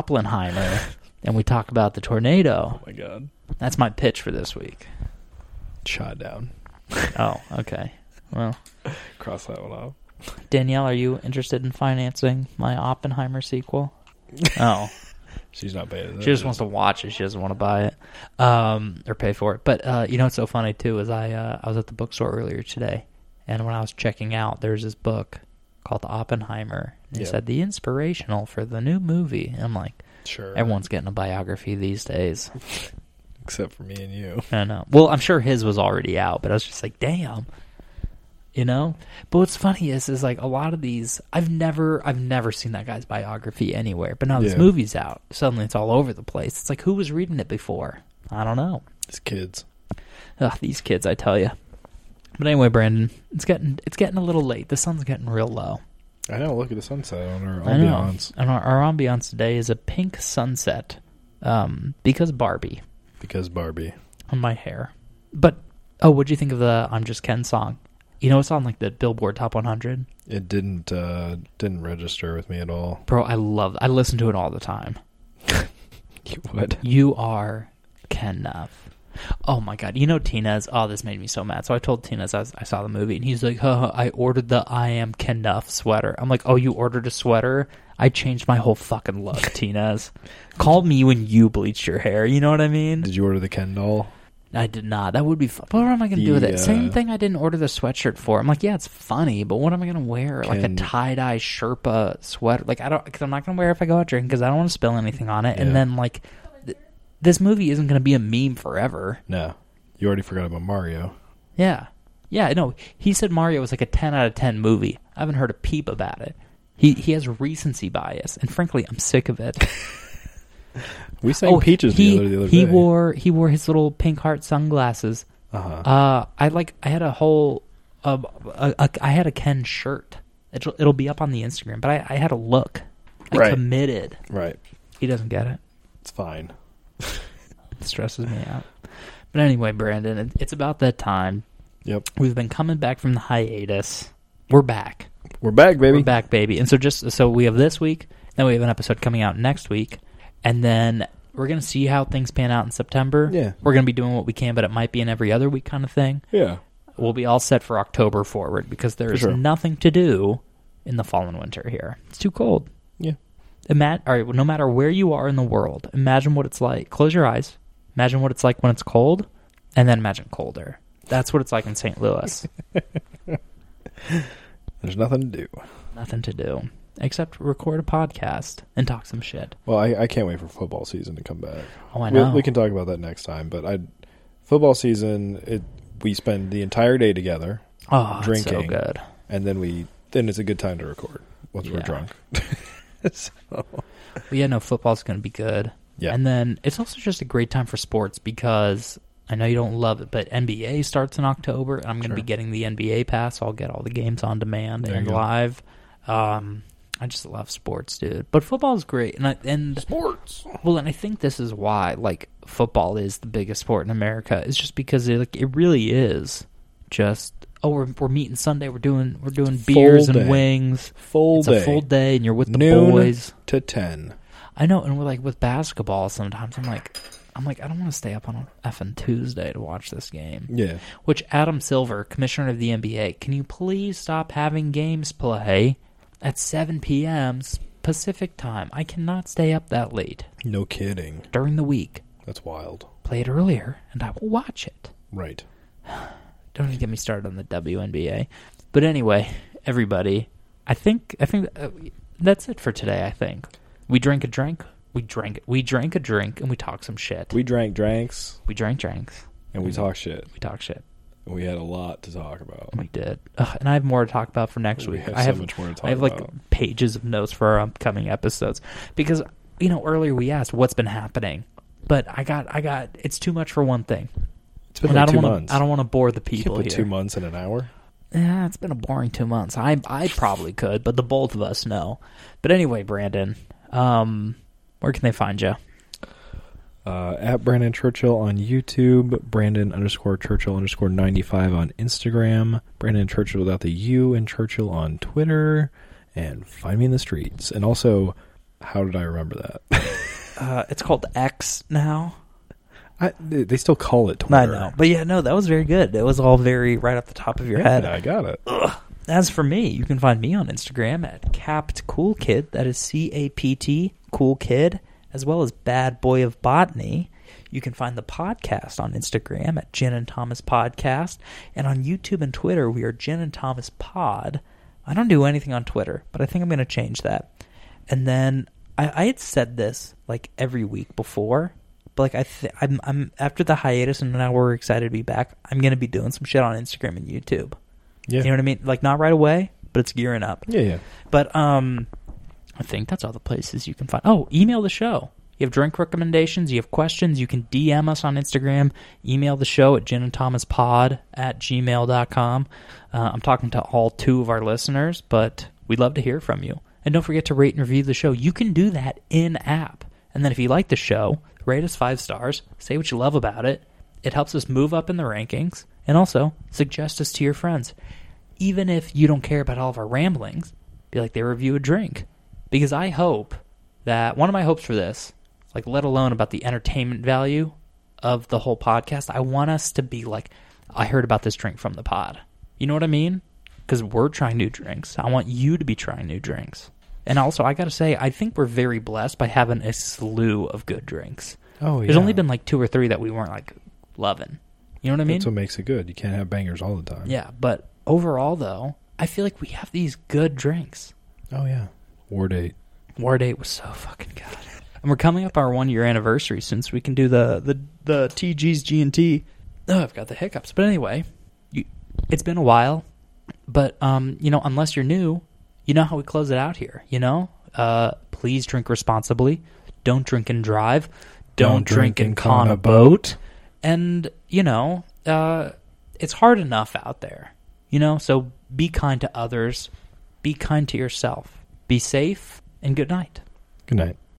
Joplinheimer, and we talk about the tornado.
my god.
That's my pitch for this week.
Shot down.
Oh, okay. Well,
Cross that one off.
Danielle, are you interested in financing my Oppenheimer sequel? Oh.
She's not paying.
She just wants to watch it. She doesn't want to buy it um, or pay for it. But uh, you know what's so funny too is I uh, I was at the bookstore earlier today, and when I was checking out, there's this book called Oppenheimer. And it
Yeah.
said the inspirational for the new movie. And I'm like,
Sure.
everyone's getting a biography these days.
except for me and you.
I know. uh, Well, I'm sure his was already out, but I was just like, damn. You know? But what's funny is is like a lot of these I've never I've never seen that guy's biography anywhere. But now this
Yeah.
movie's out. Suddenly it's all over the place. It's like who was reading it before? I don't know.
It's kids.
Ugh, these kids, I tell you. But anyway, Brandon, it's getting it's getting a little late. The sun's getting real low.
I know. Look at the sunset on her
I know.
ambiance
And our, our ambiance today is a pink sunset, um, because Barbie
because Barbie.
on my hair. But oh, what'd you think of the "I'm Just Ken" song? You know, it's on like the Billboard Top 100.
It didn't uh didn't register with me at all.
Bro, I love. I listen to it all the time.
You would.
You are enough. Oh my god! You know Tina's. Oh, this made me so mad. So I told Tina's I, was, I saw the movie, and he's like, huh, "I ordered the I am Kenuff sweater." I'm like, "Oh, you ordered a sweater? I changed my whole fucking look, Tina's. Call me when you bleach your hair. You know what I mean?"
Did you order the Ken doll?
I did not. That would be fun. But what am I going to do with it?
The,
Same
uh,
thing I didn't order the sweatshirt for. I'm like, yeah, it's funny, but what am I going to wear? Like a
Can-
tie dye Sherpa sweater. Like, I don't, because I'm not going to wear it if I go out drinking because I don't want to spill anything on it.
Yeah.
And then, like, th- this movie isn't going to be a meme forever.
No. You already forgot about Mario.
Yeah. Yeah, no. He said Mario was like a 10 out of 10 movie. I haven't heard a peep about it. He, he has recency bias, and frankly, I'm sick of it.
We sang Peaches
Oh, he,
the other, the other
he
day.
wore he wore his little pink heart sunglasses
Uh-huh.
uh, I like. I had a whole. Uh, a, a, I had a Ken shirt. It'll, it'll be up on the Instagram. But I, I had a look. I
Right.
committed.
Right.
He doesn't get it.
It's fine.
It stresses me out. But anyway, Brandon, it, it's about that time.
Yep.
We've been coming back from the hiatus. We're back.
We're back, baby.
We're back, baby. And so just so we have this week, then we have an episode coming out next week, and then we're gonna see how things pan out in September.
Yeah.
We're gonna be doing what we can, but it might be an every other week kind of thing.
Yeah.
we'll be all set for October forward because there
For
is
sure.
nothing to do in the fall and winter here. It's too cold.
Yeah.
Ima- all right, well, no matter where you are in the world, imagine what it's like. Close your eyes. Imagine what it's like when it's cold, and then imagine colder. That's what it's like in St. Louis.
There's nothing to do.
nothing to do except record a podcast and talk some shit.
Well, I, I can't wait for football season to come back.
Oh, I
We-
know.
We, can talk about that next time, but I football season it we spend the entire day together
oh, it's so
drinking.
good.
and then we then it's a good time to record once we're
Yeah.
drunk.
But yeah, no, football's going to be good.
Yeah.
And then it's also just a great time for sports because I know you don't love it, but NBA starts in October. And I'm going to
Sure.
be getting the NBA pass. I'll get all the games on demand
There you
and
go.
live. Um, I just love sports, dude. But football's great, and I, and
Sports.
well, and I think this is why like football is the biggest sport in America. It's just because it like it really is just oh we're we're meeting Sunday. We're doing we're doing
full
beers and
day.
wings.
Full
it's
day.
a full day, and you're with the
Noon
boys.
to ten.
I know, and we're like with basketball sometimes. I'm like, I'm like, I don't want to stay up on a effing Tuesday to watch this game.
Yeah.
Which Adam Silver, commissioner of the NBA, can you please stop having games play at 7 p.m. Pacific time? I cannot stay up that late
No kidding.
during the week.
That's wild.
Play it earlier, and I will watch it.
Right.
Don't even get me started on the WNBA. But anyway, everybody, I think I think uh, that's it for today. I think we drank a drink. We drank. We drank a drink, and we talked some shit.
We drank drinks
We drank drinks.
and we talk shit.
We talked shit.
We had a lot to talk about.
We did. Ugh, and I have more to talk about for next
Oh we
week.
have
I
so
have
much more to talk
I have like
about.
pages of notes for our upcoming episodes because you know earlier we asked what's been happening, but I got I got it's too much for one thing.
It's been
And
like
I don't
two
wanna-
months.
I don't want to bore the
You can't
people
put
here.
two months in an hour.
Yeah, it's been a boring two months. I I probably could, but the both of us know. But anyway, Brandon, um, where can they find you?
Uh, at Brandon Churchill on YouTube, Brandon underscore Churchill underscore 95 on Instagram, Brandon Churchill without the U and Churchill on Twitter, and find me in the streets. And also, how did I remember that?
Uh, it's called X now.
I, they they still call it Twitter.
I know, but yeah, no, that was very good. It was all very right off the top of your head.
Yeah, I got it.
As for me, you can find me on Instagram at Capt Cool Kid. That is C A P T Cool Kid, as well as Bad Boy of Botany. You can find the podcast on Instagram at Jen and Thomas Podcast, and on YouTube and Twitter we are Jen and Thomas Pod. I don't do anything on Twitter, but I think I'm going to change that. And then I, I had said this like every week before, but like I, th- I'm, I'm after the hiatus, and now we're excited to be back. I'm going to be doing some shit on Instagram and YouTube.
Yeah.
You know what I mean? Like not right away, but it's gearing up.
yeah, yeah.
But um I think that's all the places you can find. Oh, email the show. You have drink recommendations, you have questions, you can DM us on Instagram, email the show at Jen and Thomas Pod at gmail.com. Uh, I'm talking to all two of our listeners, but we'd love to hear from you. And don't forget to rate and review the show. You can do that in app. And then if you like the show, rate us five stars, say what you love about it. It helps us move up in the rankings, and also suggest us to your friends even if you don't care about all of our ramblings, be like they review a drink. Because I hope that one of my hopes for this, like let alone about the entertainment value of the whole podcast, I want us to be like, I heard about this drink from the pod. You know what I mean? Because we're trying new drinks. I want you to be trying new drinks. And also, I got to say, I think we're very blessed by having a slew of good drinks.
Oh, yeah.
There's only been like two or three that we weren't like loving. You know what I mean?
That's what makes it good. You can't have bangers all the time.
Yeah, but overall though, I feel like we have these good drinks.
Oh, yeah. War date.
War date was so fucking good. And we're coming up our one year anniversary since we can do the the the TG's G and T. Oh, I've got the hiccups. But anyway, you, it's been a while. But um, you know, unless you're new, you know how we close it out here. You know, uh, please drink responsibly. Don't drink and drive. Don't, drink, and con a boat. And you know, uh, it's hard enough out there. You know, so be kind to others. Be kind to yourself. Be safe. And good night.
Good night.